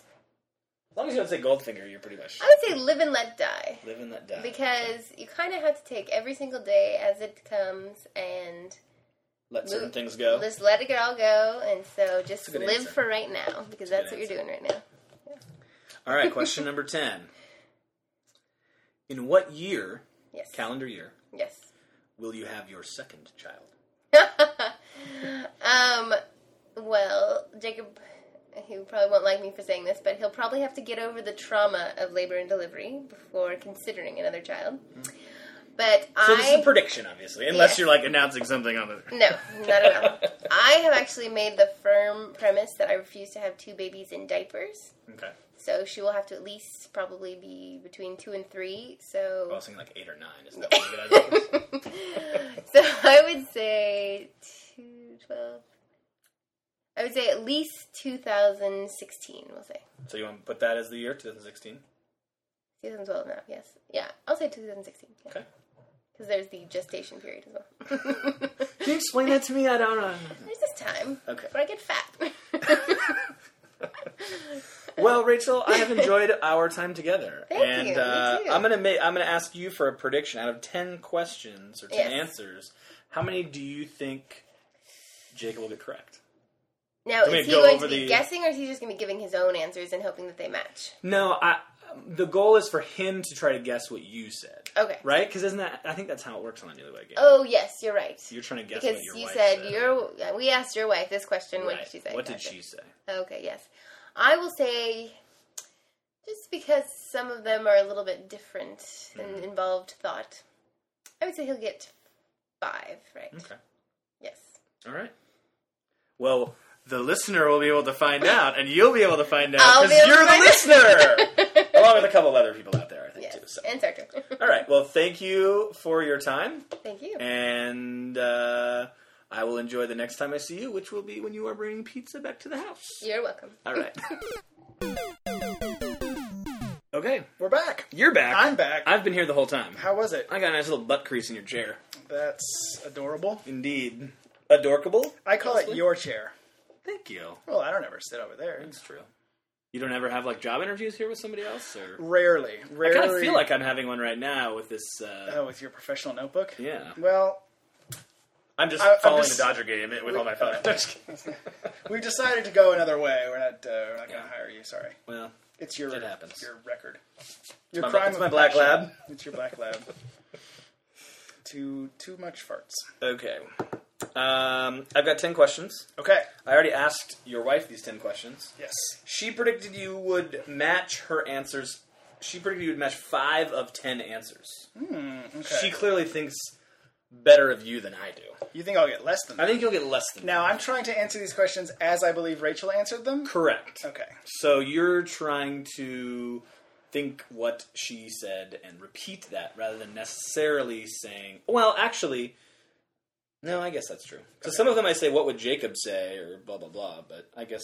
A: As long as you don't say Goldfinger, you're pretty much
C: I would say live and let die
A: live and let die.
C: because you kind of have to take every single day as it comes and
A: let certain
C: move-
A: things go.
C: just let it all go. And so just
A: a good
C: live
A: answer.
C: for right now because
A: That's a
C: that's, what
A: good
C: you're doing right now.
A: All right,
C: <laughs>
A: question number 10. In what year,
C: Yes.
A: calendar year,
C: yes.
A: will you have your second child?
C: Um, well, Jacob, he probably won't like me for saying this, but he'll probably have to get over the trauma of labor and delivery before considering another child. But
A: So this is
C: I
A: a prediction, obviously, unless
C: Yes.
A: you're like announcing something on the.
C: no, not at all. I have actually made the firm premise that I refuse to have two babies in diapers.
A: Okay.
C: So she will have to at least probably be between two and three. So
A: I was thinking like eight or nine. Isn't that what you guys
C: <laughs> So I would say two twelve. I would say at least 2016, we'll say.
A: So you want to put that as the year, 2016?
C: 2012 now, yes. Yeah, I'll say 2016. Yeah.
A: Okay.
C: Because there's the gestation period as well. <laughs>
A: Can you explain that to me? I don't know.
C: there's this time
A: Okay.
C: where I get fat. <laughs>
A: <laughs> Well, Rachel, I have enjoyed our time together,
C: Thank
A: and
C: you, me
A: uh,
C: too.
A: I'm gonna make I'm gonna ask you for a prediction out of ten questions or ten
C: Yes.
A: answers. How many do you think Jacob will get correct?
C: now,
A: we
C: is he
A: go
C: going
A: over
C: to be
A: the-
C: guessing or is he just going to be giving his own answers and hoping that they match?
A: No, I. The goal is for him to try to guess what you said.
C: Okay.
A: Right? Because isn't that? I think that's how it works on the Newlywed Game.
C: Oh, yes, you're right.
A: You're trying to guess
C: because
A: what your
C: you
A: wife
C: said,
A: said.
C: your we asked your wife this question. What
A: Right.
C: did she say?
A: What did
C: Gotcha.
A: she say?
C: Okay, yes. I will say just because some of them are a little bit
A: Mm-hmm.
C: different and involved thought, I would say he'll get five, right?
A: Okay.
C: Yes.
A: All right. Well, the listener will be able to
C: <laughs>
A: find out, and you'll be able to find out
C: I'll be
A: because
C: able to
A: Uh, you're the
C: find out. <laughs>
A: listener, along with a couple of other people out there, I think
C: Yes.
A: too. So.
C: And Sartre. <laughs>
A: All right. Well, thank you for your time,
C: Thank you.
A: and uh, I will enjoy the next time I see you, which will be when you are bringing pizza back to the house.
C: You're welcome.
A: All
C: <laughs>
A: right. okay,
B: We're back.
A: you're back.
B: I'm back.
A: I've been here the whole time.
B: How was it?
A: I got a nice little butt crease in your chair.
B: That's adorable.
A: Indeed, adorkable.
B: I call it
A: Honestly.
B: your chair.
A: Thank you.
B: Well, I don't ever sit over there.
A: That's true. You don't ever have like job interviews here with somebody else, or
B: Rarely,
A: I
B: rarely.
A: kind of feel like I'm having one right now with this. Uh,
B: oh, with your professional notebook.
A: yeah,
B: Well, <laughs>
A: I'm just
B: I- I'm
A: following
B: just-
A: the Dodger game with
B: <laughs>
A: all my phone.
B: we've decided to go another way. We're not. Uh, we're not going
A: Yeah.
B: to hire you. Sorry.
A: well,
B: It's your.
A: It happens.
B: Your record. Your
A: my-
B: crime.
A: it's
B: of
A: my black
B: passion.
A: lab.
B: It's your black lab. too too much farts.
A: okay. Um, I've got ten questions.
B: Okay.
A: <laughs> I already asked your wife these ten questions.
B: Yes.
A: She predicted you would match her answers. She predicted you would match five of ten answers.
B: Hmm, Okay.
A: She clearly thinks better of you than I do.
B: you think I'll get less than
A: I
B: that?
A: think you'll get less than
B: Now I'm trying to answer these questions as I believe Rachel answered them.
A: correct.
B: Okay.
A: So you're trying to think what she said and repeat that rather than necessarily saying, well, actually, no, I guess that's true. So some of them I say, what would Jacob say, or blah, blah, blah, but I guess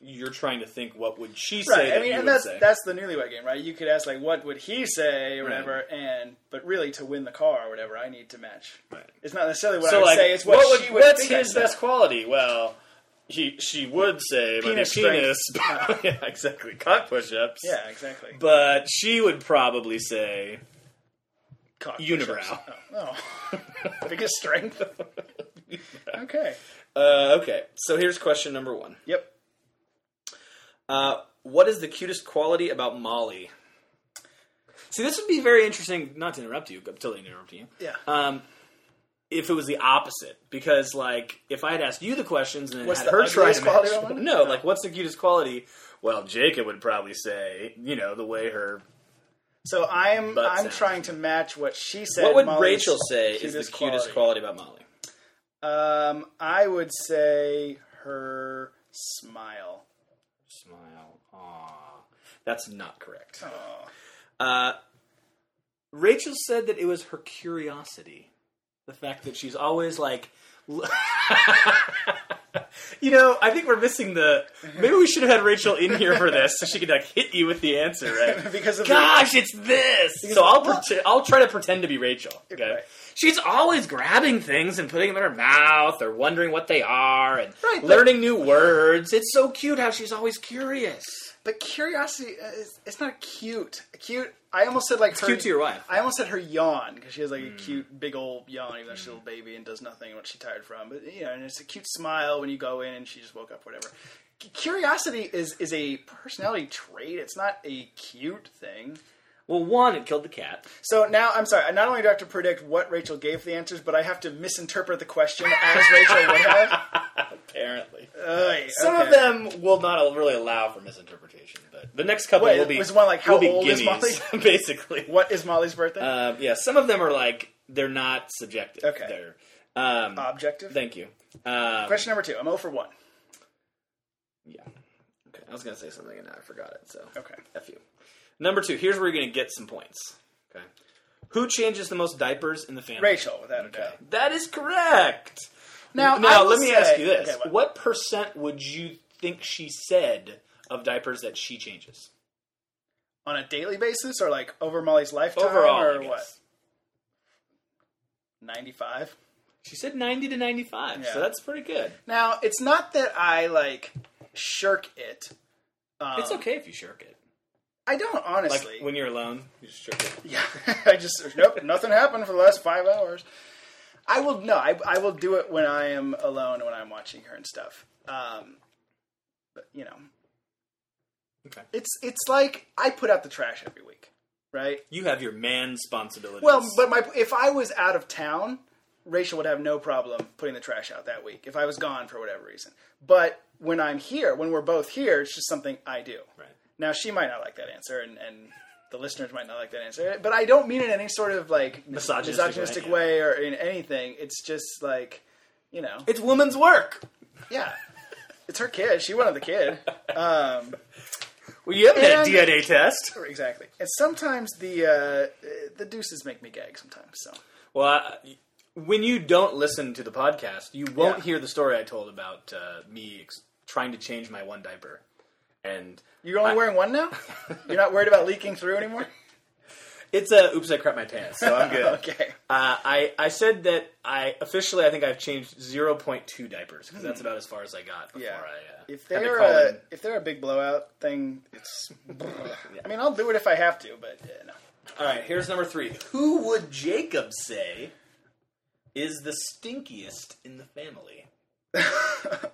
A: you're trying to think, what would she say?
B: Right.
A: that
B: I mean,
A: you
B: and
A: would
B: that's
A: say.
B: that's the newlywed game, right? You could ask like, what would he say, or
A: Right.
B: whatever, and but really to win the car or whatever, I need to match.
A: Right.
B: It's not necessarily what I
A: so,
B: would
A: like,
B: say; it's what,
A: would,
B: she would
A: what's
B: think I
A: his
B: said.
A: best quality? Well, he, she would say,
B: Penis
A: my penis. <laughs> yeah, exactly. Cock push ups.
B: Yeah, exactly.
A: But she would probably say,
B: <laughs> Cock
A: unibrow.
B: push-ups. Oh, <laughs> oh. biggest
A: <laughs>
B: strength. okay.
A: Uh, okay, so here's question number one.
B: Yep.
A: Uh, what is the cutest quality about Molly? See, this would be very interesting. Not to interrupt you, I'm totally interrupting you.
B: Yeah.
A: Um, if it was the opposite, because like if I had asked you the questions and then
B: What's
A: had
B: the
A: her try
B: ugliest
A: to
B: quality
A: match,
B: about Molly?
A: no, like what's the cutest quality? Well, Jacob would probably say, you know, the way her.
B: so I'm
A: Butt
B: I'm
A: sound.
B: trying to match what she said.
A: What would
B: Molly's
A: Rachel say is the
B: cutest
A: cutest quality. about Molly?
B: Um, I would say her smile.
A: Smile. Aww. That's not correct.
B: Aw.
A: Uh, Rachel said that it was her curiosity, the fact that she's always like, l- <laughs> you know, I think we're missing the. Maybe we should have had Rachel in here for this, so she could like hit you with the answer, right?
B: Because of the-
A: Gosh, it's this. So I'll pretend, I'll try to pretend to be Rachel. Okay.
B: Right.
A: She's always grabbing things and putting them in her mouth, or wondering what they are, and
B: Right, but-
A: learning new words. It's so cute how she's always curious.
B: But curiosity uh, is it's not cute. Cute. I almost said like her,
A: cute to your wife.
B: I almost said her yawn because she has like a cute big old yawn, even though she's a little baby and does nothing. What she tired from, but you know, and it's a cute smile when you go in and she just woke up, whatever. C- Curiosity is is a personality trait. It's not a cute thing.
A: Well, one, it killed the cat.
B: So now I'm sorry. Not only do I have to predict what Rachel gave for the answers, but I have to misinterpret the question as Rachel would have.
A: Apparently.
B: Oy,
A: Some
B: okay.
A: of them will not really allow for misinterpretation, but the next couple
B: Wait,
A: will be
B: was one like, how
A: will be
B: old is
A: guineas, <laughs> basically.
B: What is Molly's birthday?
A: Um, yeah, some of them are like they're not subjective.
B: Okay.
A: They're um,
B: Objective.
A: thank you. Um,
B: Question number two. I'm 0 for one.
A: Yeah. Okay, I was gonna say something and now I forgot it. So
B: Okay.
A: f you. Number two. Here's where you're gonna get some points. Okay. Who changes the most diapers in the family?
B: Rachel, without a doubt.
A: That is correct.
B: Now, I
A: Now,
B: will
A: let me
B: say-
A: ask you this:
B: Okay,
A: what?
B: what?
A: percent would you think she said of diapers that she changes
B: on a daily basis, or like over Molly's lifetime,
A: overall? I
B: or
A: guess?
B: what? Ninety-five.
A: She said ninety to ninety-five, so
B: Yeah.
A: that's pretty good.
B: Now, it's not that I like shirk it. Um,
A: it's okay if you shirk it,
B: I don't
A: like
B: honestly.
A: when you're alone, you just shirk it.
B: yeah, <laughs> I just nope. Nothing happened for the last five hours. I will no. I, I will do it when I am alone, when I'm watching her and stuff. Um, but you know,
A: Okay.
B: it's it's like I put out the trash every week, right?
A: You have your man responsibilities.
B: Well, but my if I was out of town, Rachel would have no problem putting the trash out that week if I was gone for whatever reason. But when I'm here, when we're both here, it's just something I do.
A: right.
B: Now she might not like that answer, and, and the listeners might not like that answer. But I don't mean it in any sort of like mis-
A: Misogynistic
B: misogynistic
A: way,
B: way or in anything. It's just like you know,
A: It's woman's work.
B: yeah, it's her kid. She wanted the kid.
A: <laughs>
B: Um,
A: Well, you haven't had a
B: And-
A: DNA test.
B: exactly. And sometimes the uh, the deuces make me gag. Sometimes so.
A: Well, I, when you don't listen to the podcast, you won't
B: Yeah.
A: hear the story I told about uh, me ex- trying to change my one diaper. And
B: You're only
A: I-
B: wearing
A: <laughs>
B: one now. You're not worried about leaking through anymore.
A: it's a oops, I crap my pants, so I'm <laughs> good.
B: <laughs> okay.
A: Uh, I I said that I officially I think I've changed 0.2 diapers because that's about as far as I got before
B: Yeah.
A: I uh,
B: If
A: had to
B: they're
A: call
B: a,
A: in.
B: if they're a big blowout thing,
A: <laughs>
B: it's. I mean, I'll do it if I have to, but yeah, no. <laughs>
A: All right, here's number three. Who would Jacob say is the stinkiest in the family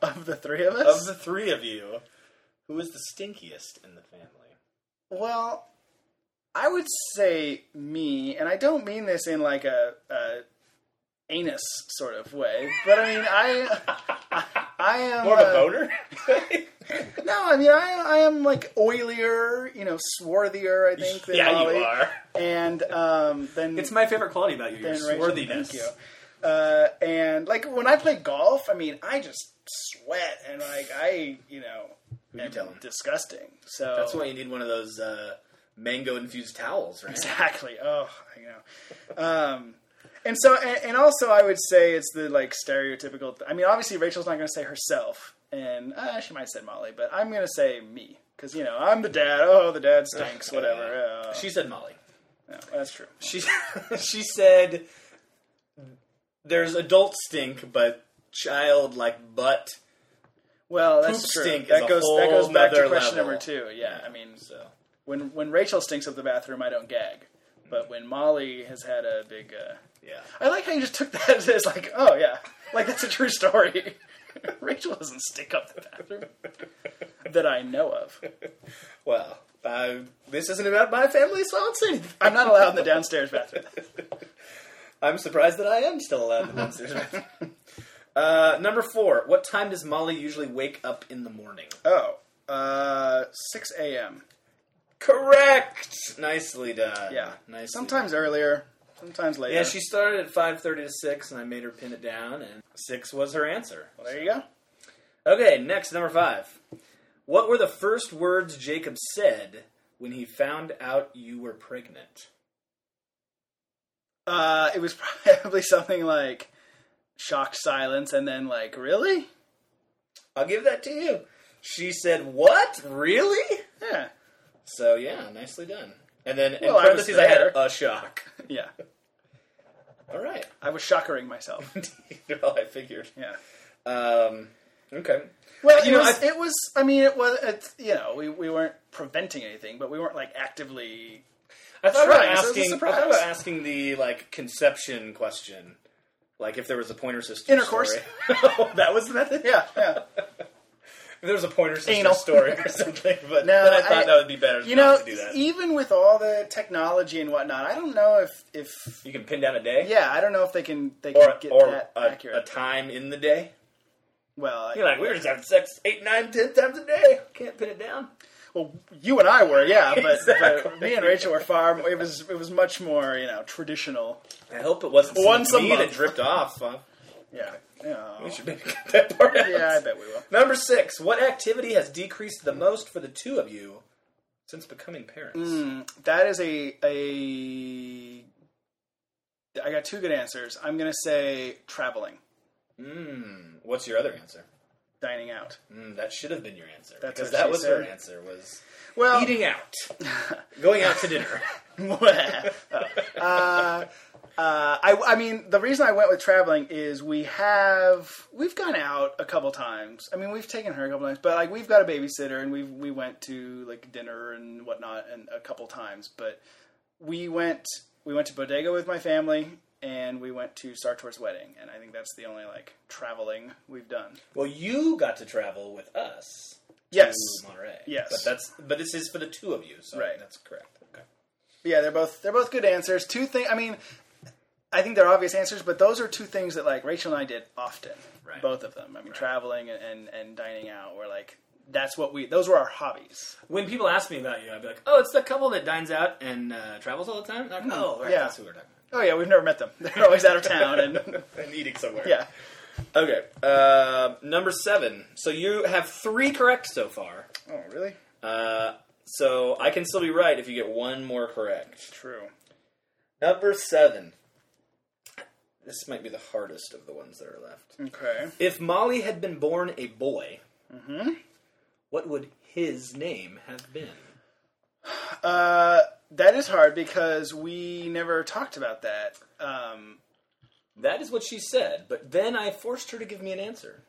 B: of the three of
A: of
B: us.
A: the three of you? Who is the stinkiest in the family?
B: <laughs> well, I would say me, and I don't mean this in like a, a anus sort of way, but I mean I. I am
A: More of a
B: uh,
A: boner.
B: No, I mean I, I am like oilier, you know, swarthier. I think.
A: <laughs>
B: Than
A: yeah,
B: Ollie.
A: you are.
B: And um, then
A: It's my favorite quality about you: your
B: than Rachel.
A: swarthiness.
B: Thank you. Uh, and like when I play golf, I mean, I just sweat and like I, you know,
A: you
B: am
A: telling?
B: disgusting. So
A: That's why you need one of those uh, mango-infused towels, right?
B: <laughs> <laughs> exactly. Oh, I know. Um, and so, and, and also, I would say it's the like stereotypical. I mean, obviously, Rachel's not going to say herself, and uh, she might say Molly, but I'm going to say me because you know I'm the dad. Oh, the
A: <laughs>
B: dad stinks. Whatever. Uh,
A: She said Molly.
B: no, that's true.
A: She <laughs> she said there's adult stink, but child like butt.
B: Well, that's
A: Poop
B: true.
A: stink is
B: that
A: a
B: goes
A: whole
B: that goes back to
A: nother
B: question
A: level.
B: number two. Yeah, I mean,
A: So
B: when when Rachel stinks up the bathroom, I don't gag. But when Molly has had a big, uh,
A: yeah.
B: I like how you just took that <laughs> as like, oh yeah, like that's a true story. <laughs> Rachel doesn't stink up the bathroom that I know of.
A: Well, uh, this isn't about my family, so I'll say anything.
B: I'm not allowed in the downstairs bathroom.
A: I'm surprised that I am still allowed to downstairs. uh, number four. What time does Molly usually wake up in the morning?
B: <laughs> Oh, uh, 6 a.m.
A: Correct. Nicely done.
B: Yeah,
A: Nice.
B: sometimes earlier, sometimes later.
A: Yeah, she started at five thirty to six, and I made her pin it down, and six was her answer.
B: Well, there you go.
A: Okay, next number five. What were the first words Jacob said when he found out you were pregnant?
B: Uh, it was <laughs> probably something like shocked silence, and then like, really?
A: I'll give that to you. She said, "What? Really?"
B: Yeah, <laughs>
A: So yeah, nicely done. And then in
B: Well, I was
A: parentheses, I, had
B: there.
A: a shock. <laughs>
B: yeah.
A: All right. <laughs>
B: I was shockering myself.
A: well, I figured.
B: Yeah.
A: Um, okay.
B: Well,
A: You
B: you
A: know,
B: know, was,
A: I-
B: it was. I mean, it was. It's, you know, we, we weren't preventing anything, but we weren't like actively.
A: I thought
B: Right,
A: about
B: so it's a
A: asking. I
B: surprise.
A: thought about asking the like conception question, like if there was a pointer sister
B: Intercourse.
A: story. <laughs> Oh, that was the method.
B: Yeah, yeah.
A: If there was a pointer sister
B: Anal.
A: story
B: <laughs>
A: or something, but
B: No,
A: then I thought
B: I-
A: that would be better.
B: You know, e-
A: not to do that.
B: even with all the technology and whatnot, I don't know if if
A: you can pin down a day,
B: yeah, I don't know if they can they can
A: or
B: get
A: or
B: that
A: a,
B: accurate.
A: a time in the day.
B: well, I-
A: You're like we were just having sex eight, nine, ten times a day. Can't pin it down.
B: well, you and I were, yeah, but,
A: Exactly.
B: but me and Rachel were far. more- It was it was much more you know traditional.
A: I hope it wasn't
B: Once a
A: me
B: month.
A: that dripped off. Huh?
B: Yeah,
A: We
B: yeah,
A: should maybe cut <laughs> that part out. <laughs>
B: yeah. I bet we will.
A: Number six. What activity has decreased the most for the two of you since becoming parents?
B: Hmm. That is a a. I got two good answers. I'm gonna say traveling,
A: Mm, what's your other answer?
B: dining out.
A: Mm, that should have been your answer
B: That's
A: because
B: what
A: that
B: she
A: was
B: said.
A: her answer was
B: Well, <laughs>
A: eating out, going out to dinner.
B: uh, uh, I, I mean, the reason I went with traveling is we have we've gone out a couple times. I mean, we've taken her a couple times, but like we've got a babysitter, and we have we went to like dinner and whatnot, and a couple times. But we went we went to Bodega with my family, and we went to Sartor's wedding, and I think that's the only like traveling we've done.
A: well, you got to travel with us.
B: Yes,
A: to Monterey.
B: Yes.
A: but that's but this is for the two of you, so
B: Right.
A: that's correct. Okay.
B: yeah, they're both they're both good answers. Two things. I mean, I think they're obvious answers, but those are two things that like Rachel and I did often.
A: Right.
B: Both of them. I mean, traveling and, and and dining out were like that's what we those were our hobbies.
A: When people ask me about you, I'd be like, "Oh, it's the couple that dines out and uh, travels all the time." They're Like, oh, right,
B: Hmm.
A: <laughs>
B: yeah.
A: that's who we're talking
B: <laughs> Oh yeah, we've never met them. They're always out of town and <laughs>
A: about. and eating somewhere.
B: yeah.
A: Okay. Uh, number seven. So you have three correct so far.
B: Oh, really?
A: Uh, so I can still be right if you get one more correct.
B: True.
A: Number seven. This might be the hardest of the ones that are left.
B: Okay.
A: If Molly had been born a boy,
B: Mm-hmm.
A: what would his name have been?
B: Uh, that is hard because we never talked about that. Um,
A: That is what she said, but then I forced her to give me an answer.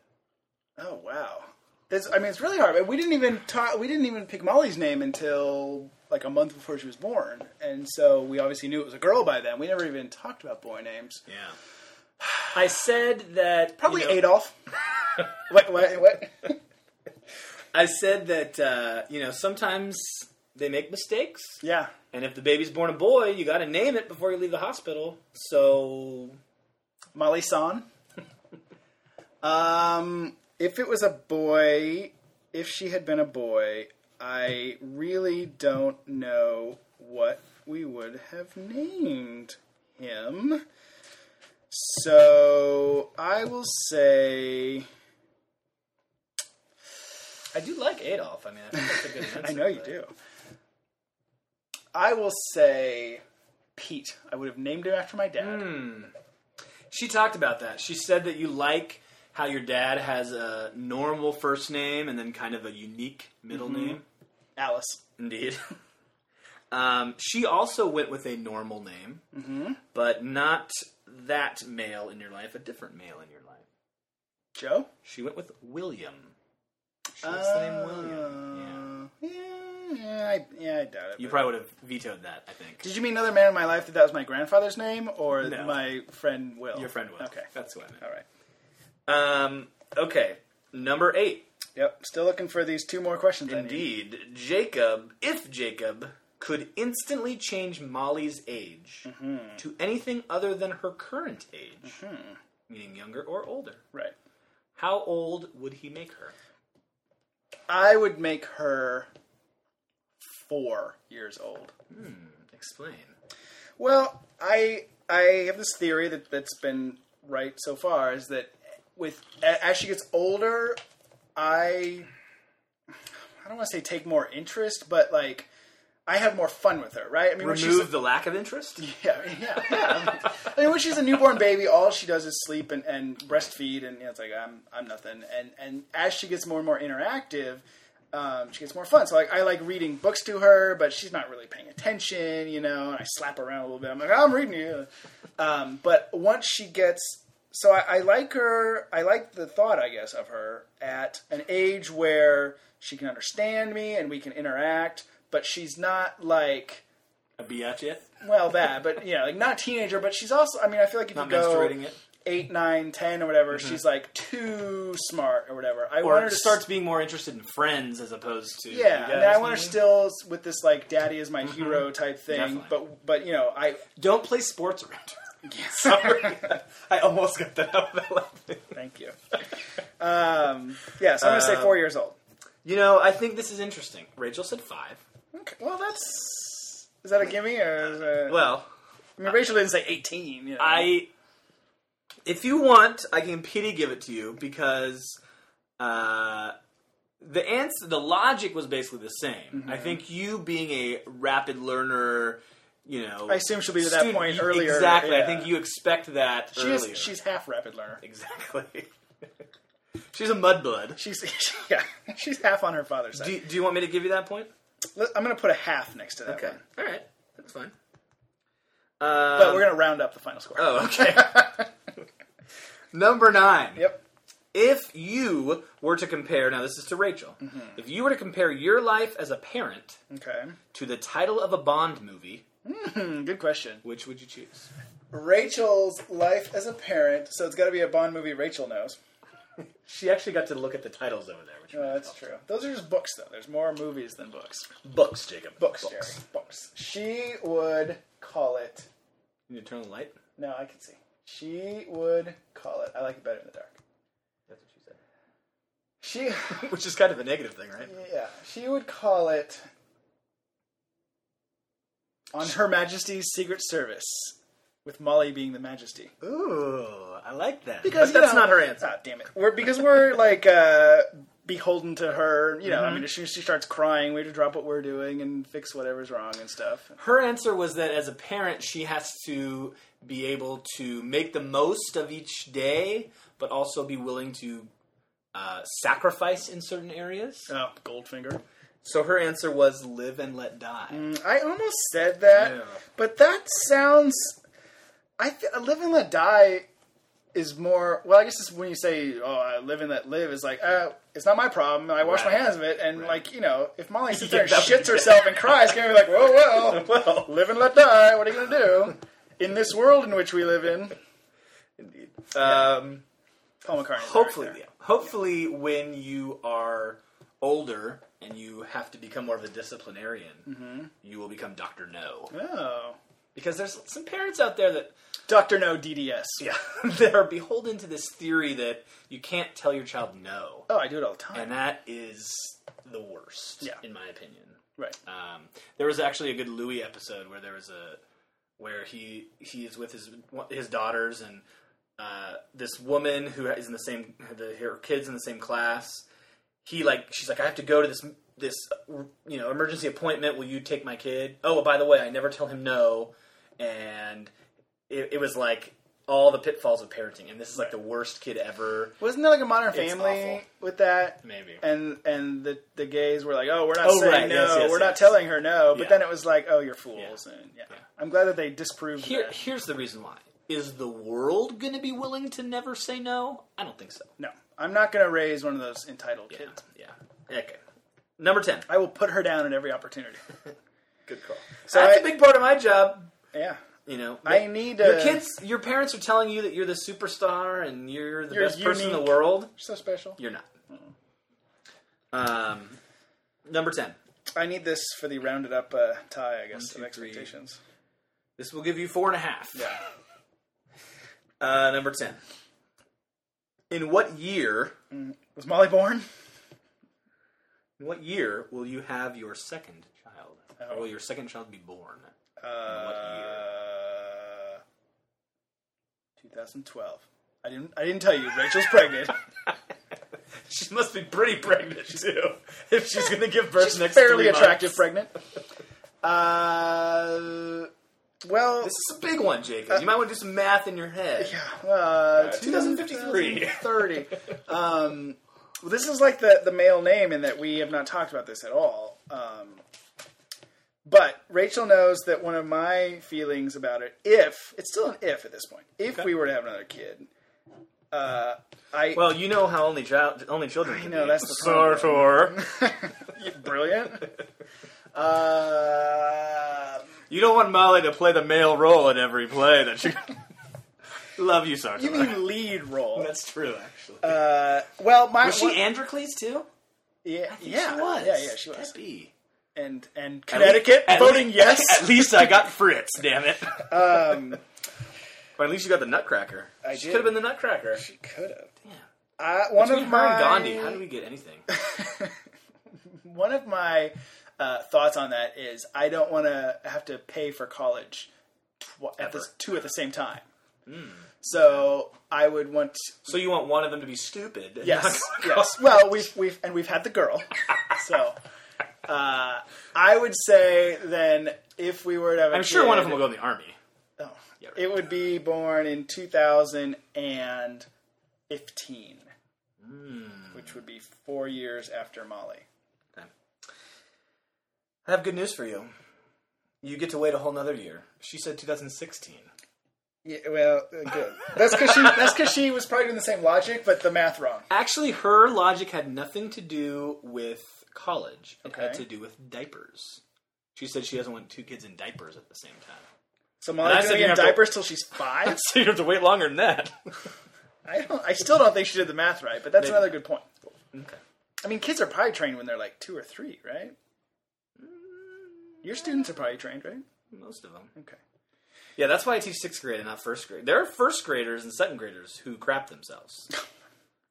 B: oh wow. That's, I mean, it's really hard. But we didn't even talk. We didn't even pick Molly's name until like a month before she was born, and so we obviously knew it was a girl by then. We never even talked about boy names.
A: Yeah. <sighs> I said that
B: Probably
A: you know,
B: Adolf. what? What? What?
A: I said that uh, you know sometimes they make mistakes,
B: Yeah.
A: and if the baby's born a boy, you got to name it before you leave the hospital. So
B: Molly San. um, if it was a boy, if she had been a boy, I really don't know what we would have named him. So I will say.
A: I do like Adolf. I mean, I think that's
B: <laughs>
A: a good answer.
B: I know you
A: but-
B: do. I will say Pete. I would have named him after my dad.
A: She talked about that. She said that you like how your dad has a normal first name and then kind of a unique middle
B: Mm-hmm.
A: name.
B: Alice.
A: Indeed. <laughs> um, she also went with a normal name,
B: Mm-hmm.
A: but not that male in your life, a different male in your life.
B: Joe?
A: She went with William. She likes the name
B: Uh,
A: William. Yeah.
B: Yeah, yeah, I, yeah, I doubt it.
A: You
B: but-
A: probably would have vetoed that, I think.
B: Did you mean another man in my life that that was my grandfather's name or
A: No.
B: my friend Will?
A: Your friend Will.
B: Okay.
A: That's what I meant.
B: All right.
A: Um, okay. Number eight.
B: Yep. Still looking for these two more questions. I need.
A: Indeed, Jacob, if Jacob could instantly change Molly's age to anything other than her current age, meaning younger or older,
B: Right.
A: how old would he make her?
B: I would make her four years old.
A: Explain.
B: Well, I I have this theory that that's been right so far is that with a- as she gets older, I I don't want to say take more interest, but like I have more fun with her, right? I mean, when she's-
A: Remove the lack of interest?
B: Yeah, yeah, yeah. I mean, when she's a newborn baby, all she does is sleep and, and breastfeed, and you know, it's like I'm I'm nothing. And and as she gets more and more interactive, um, she gets more fun. So like I like reading books to her, but she's not really paying attention, you know. And I slap her around a little bit. I'm like, "Oh, I'm reading you. Um, but once she gets, so I, I like her. I like the thought, I guess, of her at an age where she can understand me and we can interact, but she's not like.
A: A biatch yet?
B: Well, that, but yeah, like not teenager, but she's also. I mean, I feel like if
A: Not
B: you go
A: menstruating it? Mm-hmm.
B: eight, nine, ten, or whatever, she's like too smart or whatever. I want
A: Or
B: her to
A: starts being more interested in friends as opposed to. you
B: Yeah, I, mean,
A: guys,
B: I want her
A: maybe? Mm-hmm.
B: still s- with this like daddy is my hero type thing.
A: Definitely.
B: But but you know
A: <laughs>
B: I
A: Don't play sports around her. <laughs>
B: <laughs>
A: Sorry. I almost got that out of that last thing.
B: thank you. um, yeah, so I'm gonna say
A: Um,
B: four years old.
A: You know, I think this is interesting. Rachel said five.
B: Okay, well, that's is that a gimme or is it,
A: Well,
B: I mean, Rachel didn't say eighteen. You know.
A: I, if you want, I can pity give it to you because uh, the answer, the logic was basically the same. I
B: Mm-hmm.
A: think you being a rapid learner, you know,
B: I assume she'll be at that point earlier,
A: Exactly. I
B: yeah.
A: think you expect that
B: she
A: earlier.
B: is, she's half rapid learner.
A: exactly. <laughs> she's a mudblood.
B: She's <laughs> yeah, she's half on her father's side.
A: Do, do you want me to give you that point?
B: Let- I'm gonna put a half next to that. one.
A: All right. That's fine.
B: But we're gonna round up the final score.
A: Oh, okay. <laughs> Number nine.
B: Yep.
A: if you were to compare now this is to rachel if you were to compare your life as a parent
B: Okay.
A: to the title of a bond movie
B: Hmm, Good question.
A: which would you choose
B: Rachel's life as a parent, so it's got to be a Bond movie. Rachel knows.
A: she actually got to look at the titles over there which
B: Oh, that's true. Those are just books, though. There's more movies than books.
A: books jacob
B: Books, Jerry. Books. She would call it.
A: you need to turn on the light
B: No, I can see. She would call it. I like it better in the dark.
A: that's what she said <laughs>
B: She, <laughs>
A: which is kind of a negative thing right
B: yeah, she would call it. On Her Majesty's Secret Service. with Molly being the Majesty.
A: Ooh, I like that.
B: Because
D: But
B: you
D: that's
B: know-
D: not her answer.
B: Ah, damn it. We're because <laughs> we're like uh, beholden to her. You know, I mean, as soon as she starts crying, we have to drop what we're doing and fix whatever's wrong and stuff.
A: her answer was that as a parent, she has to be able to make the most of each day, but also be willing to uh, sacrifice in certain areas.
B: Oh, Goldfinger.
A: So her answer was live and let die.
B: I almost said that,
A: Yeah.
B: but that sounds. I th- live and let die is more. Well, I guess it's when you say "oh, I live and let live" is like, uh, it's not my problem. I wash my
A: Right.
B: hands of it, and like you know, if
A: <laughs>
B: Molly sits
A: Yeah,
B: there and
A: that would
B: shits
A: be-
B: herself and cries, can be like,
A: <laughs>
B: whoa, whoa, well, live and let die. What are you gonna do in this world in which we live in?
D: Indeed.
A: Um,
B: Paul McCartney.
A: hopefully, yeah. hopefully, when you are older and you have to become more of a disciplinarian, you will become Doctor No.
B: Oh,
A: Because there's some parents out there that <laughs>
B: Doctor No DDS.
A: yeah, that are beholden to this theory that you can't tell your child no,
B: Oh, I do it all the time.
A: and that is the worst,
B: Yeah.
A: in my opinion.
B: right.
A: Um, there was actually a good Louis episode where there was a where he he is with his his daughters and uh, this woman who is in the same the, her kids in the same class. He like she's like I have to go to this this you know emergency appointment. Will you take my kid? Oh, by the way, I never tell him no, and it, it was like all the pitfalls of parenting. And this is like the worst kid ever.
B: Wasn't there like a Modern
A: It's
B: Family
A: awful.
B: with that?
A: Maybe.
B: and and the the gays were like, "Oh, we're not
A: Oh,
B: saying
A: right.
B: no.
A: Yes, yes,
B: we're not
A: yes.
B: telling her no." But
A: Yeah.
B: then it was like, "Oh, you're fools." And yeah. I'm glad that they disproved
A: Here,
B: that.
A: here's the reason why. Is the world going to be willing to never say no? I don't think so.
B: No, I'm not going to raise one of those entitled
A: Yeah,
B: kids.
A: yeah. Okay. Number 10.
B: I will put her down at every
A: <laughs>
B: opportunity.
D: Good call.
B: So
A: That's
B: I-
A: a big part of my job.
B: yeah,
A: You know,
B: I need uh,
A: your
B: a-
A: kids. Your parents are telling you that you're the superstar and you're the
B: You're
A: best person in the
B: unique.
A: world.
B: so special.
A: You're not. Um, number ten.
B: I need this for the rounded up uh, tie, I guess,
A: two,
B: of
A: three. <laughs>
B: expectations.
A: This will give you four and a half.
B: Yeah.
A: Uh, number ten. In what year?
B: Was Molly born?
A: In what year will you have your second child,
B: Oh.
A: or will your second child be born?
B: Uh, 2012. I didn't. I didn't tell you. Rachel's pregnant.
A: She must be pretty pregnant too, <laughs> if she's going to give birth
B: She's
A: next.
B: fairly
A: three months.
B: attractive pregnant. Uh, well,
A: This is a big one, Jacob. you might want to do some math in your head.
B: uh,
A: 2053.
B: 30. <laughs> um, well, this is like the, the male name in that we have not talked about this at all. Um, but Rachel knows that one of my feelings about it, if it's still an if at this point, if we were to have another kid, uh, I
A: Well, you know how only child, only children. I
B: know, that's the
A: Sartor.
B: <laughs>
A: <laughs>
B: brilliant. Uh,
A: You don't want Molly to play the male role in every play that
B: <laughs>
A: you. Love you, Sartor.
B: you mean lead role?
A: <laughs> that's true? Actually,
B: Uh, well, my
A: was she
B: one-
A: Androcles too?
B: Yeah,
A: Yeah,
B: yeah,
A: she was.
B: Yeah, yeah, she was.
A: Could be.
B: And and
A: At least-
B: Connecticut
A: at
B: voting
A: least-
B: yes.
A: <laughs> At least I got Fritz. Damn it.
B: um,
A: <laughs>
D: Or at least you got the Nutcracker.
B: I
A: She
B: did.
A: could have been the Nutcracker.
B: She could have.
A: Yeah.
B: Uh, one
A: Between
B: of
A: her
B: my
A: and Gandhi, how do we get anything?
B: one of my uh, thoughts on that is I don't want to have to pay for college tw- at this, two at the same time. So I would want
A: Hmm. So you want one of them to be stupid? <laughs>
B: yes, yes. Well, we've we've and we've had the girl, so uh, I would say then if we were to have, a
A: I'm sure one of
B: kid-
A: them will go in the army.
B: Oh,
A: Yeah, right.
B: it would be born in 2015,
A: Hmm.
B: which would be four years after Molly.
A: I have good news for you. You get to wait a whole nother year. She said 2016.
B: Yeah, well, uh, good. That's because she. That's because she was probably doing the same logic, but the math wrong.
A: Actually, her logic had nothing to do with college. It had
B: Okay.
A: to do with diapers. She said she doesn't want two kids in diapers at the same time.
B: So
A: And I
B: Molly's
A: said
B: gonna be
A: you
B: in
A: have to-
B: diapers till she's five.
A: <laughs> So you have to wait longer than that.
B: I don't. I still don't think she did the math right, but that's
A: Maybe.
B: another good point.
A: okay.
B: I mean, kids are probably trained when they're like two or three, right?
A: Mm.
B: Your students are probably trained, right?
A: Most of them.
B: Okay.
A: Yeah, that's why I teach sixth grade and not first grade. There are first graders and second graders who crap <laughs> themselves.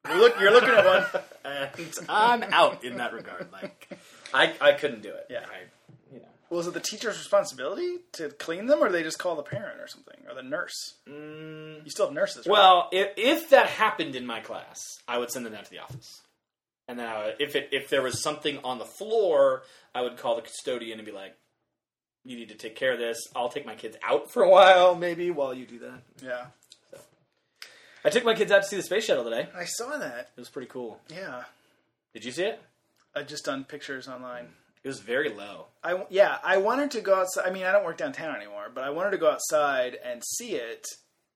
B: You look. You're looking at one.
A: and I'm out in that regard. Like, I, I couldn't do it.
B: Yeah.
A: I, you know.
B: was it the teacher's responsibility to clean them, or they just call the parent or something, or the nurse?
A: Mm,
B: You still have nurses, right?
A: well, if, if that happened in my class, I would send them down to the office. And then I would, if it if there was something on the floor, I would call the custodian and be like, "You need to take care of this. I'll take my kids out for a while, maybe while you do that."
B: yeah,
A: I took my kids out to see the space shuttle today.
B: I saw that.
A: It was pretty cool.
B: Yeah,
A: Did you see it?
B: I just done pictures online.
A: It was very low.
B: I yeah, I wanted to go outside. I mean, I don't work downtown anymore, but I wanted to go outside and see it,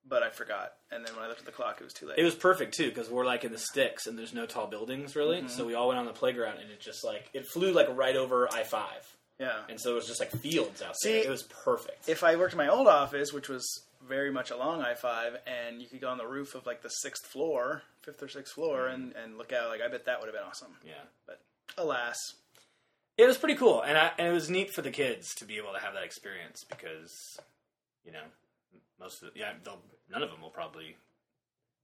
B: but I forgot. And then when I looked at the clock, it was too late.
A: It was perfect too because we're like in the sticks and there's no tall buildings really. So we all went on the playground and it just like it flew like right over I five,
B: yeah.
A: and so it was just like fields out
B: See,
A: there. It was perfect.
B: If I worked in my old office, which was very much along I five, and you could go on the roof of like the sixth floor, fifth or sixth floor, and and look out. Like I bet that would have been awesome.
A: yeah.
B: But alas,
A: it was pretty cool, and I, and it was neat for the kids to be able to have that experience because, you know, most of the, yeah, they'll, none of them will probably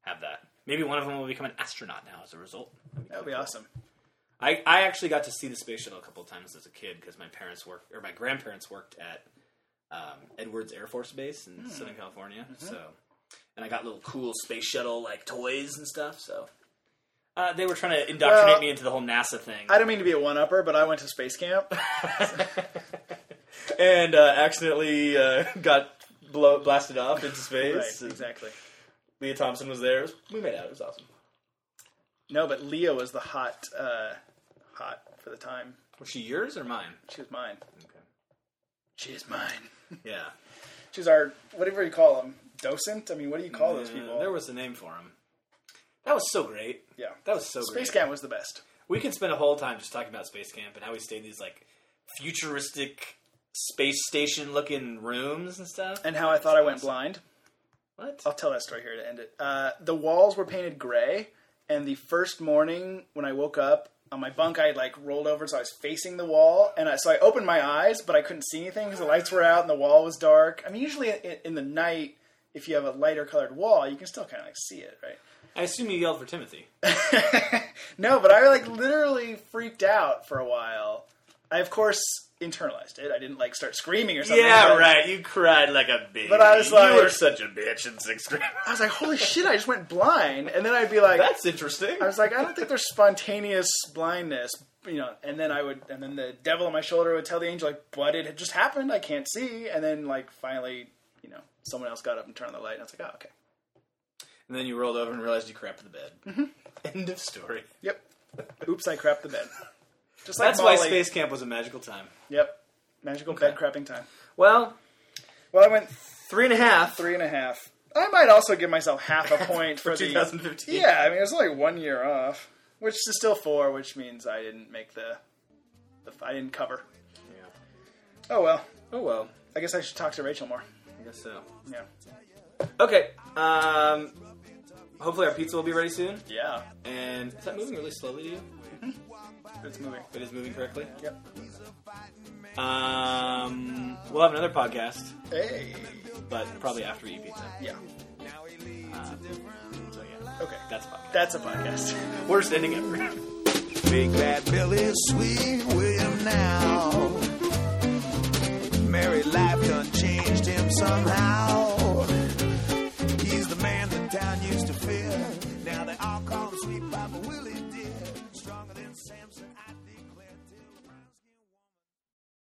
A: have that. Maybe one of them will become an astronaut now as a result.
B: that would be awesome.
A: I, I actually got to see the space shuttle a couple of times as a kid because my parents work or my grandparents worked at um, Edwards Air Force Base in Southern California. So, and I got little cool space shuttle like toys and stuff. So, uh, they were trying to indoctrinate
B: Well,
A: me into the whole NASA thing.
B: I don't mean to be a one upper, but I went to space camp.
A: and uh, accidentally uh, <laughs> got blow- blasted off into space.
B: right,
A: and
B: exactly.
A: Leah Thompson was there. It was- We made out. It was awesome.
B: No, but Leah was the hot, uh, hot for the time.
A: Was she yours or mine?
B: She was mine.
A: Okay.
B: She is mine.
A: Yeah.
B: She's our whatever you call them, docent. I mean, what do you call those
A: Uh,
B: people?
A: there was a name for him. That was so great.
B: yeah,
A: That was so
B: space
A: great.
B: camp was the best.
A: We could spend a whole time just talking about space camp and how we stayed in these like futuristic space station looking rooms and stuff.
B: And how I thought I went blind.
A: what?
B: I'll tell that story here to end it. Uh, the walls were painted gray, and the first morning when I woke up on my bunk, I had like rolled over, so I was facing the wall, and I, so I opened my eyes, but I couldn't see anything because the lights were out and the wall was dark. I mean, usually in, in the night, if you have a lighter colored wall, you can still kind of like see it, right?
A: I assume you yelled for Timothy.
B: No, but I like literally freaked out for a while. I of course internalized it. I didn't like start screaming or something. but-
A: You cried like a bitch.
B: But I was like-
A: such a bitch in sixth
B: <laughs>
A: grade.
B: I was like, "Holy shit! I just went blind." And then I'd be like,
A: That's interesting.
B: "I was like, I don't think there's spontaneous blindness, you know." And then I would, and then the devil on my shoulder would tell the angel, "Like, but it had just happened. I can't see." And then like finally, you know, someone else got up and turned on the light, and I was like, "Oh, okay,
A: And then you rolled over and realized you crapped the bed.
B: Mm-hmm.
A: End of story.
B: yep. Oops, I crapped the bed." Just like
A: That's why
B: Molly.
A: space camp was a magical time.
B: Yep, magical bed crapping time.
A: Well,
B: Well, I went
A: three and a half.
B: three and a half. I might also give myself half a
A: <laughs>
B: point for, the
A: 2015.
B: Yeah, I mean it's only one year off, which is still four, which means I didn't make the, the I didn't cover. Oh well,
A: Oh well.
B: I guess I should talk to Rachel more.
A: I guess so.
B: Yeah,
A: Okay. Um. Hopefully our pizza will be ready soon.
B: yeah,
A: And is that moving really slowly to you?
B: it's moving.
A: It is moving correctly.
B: Yep.
A: Um. We'll have another podcast,
B: Hey,
A: but probably after we eat pizza.
B: yeah,
A: Um, so yeah,
B: okay,
A: that's a podcast.
B: that's a podcast. <laughs>
A: Worst ending ever. <laughs>
E: Big Bad Billy, Sweet William now. Mary life done changed him somehow.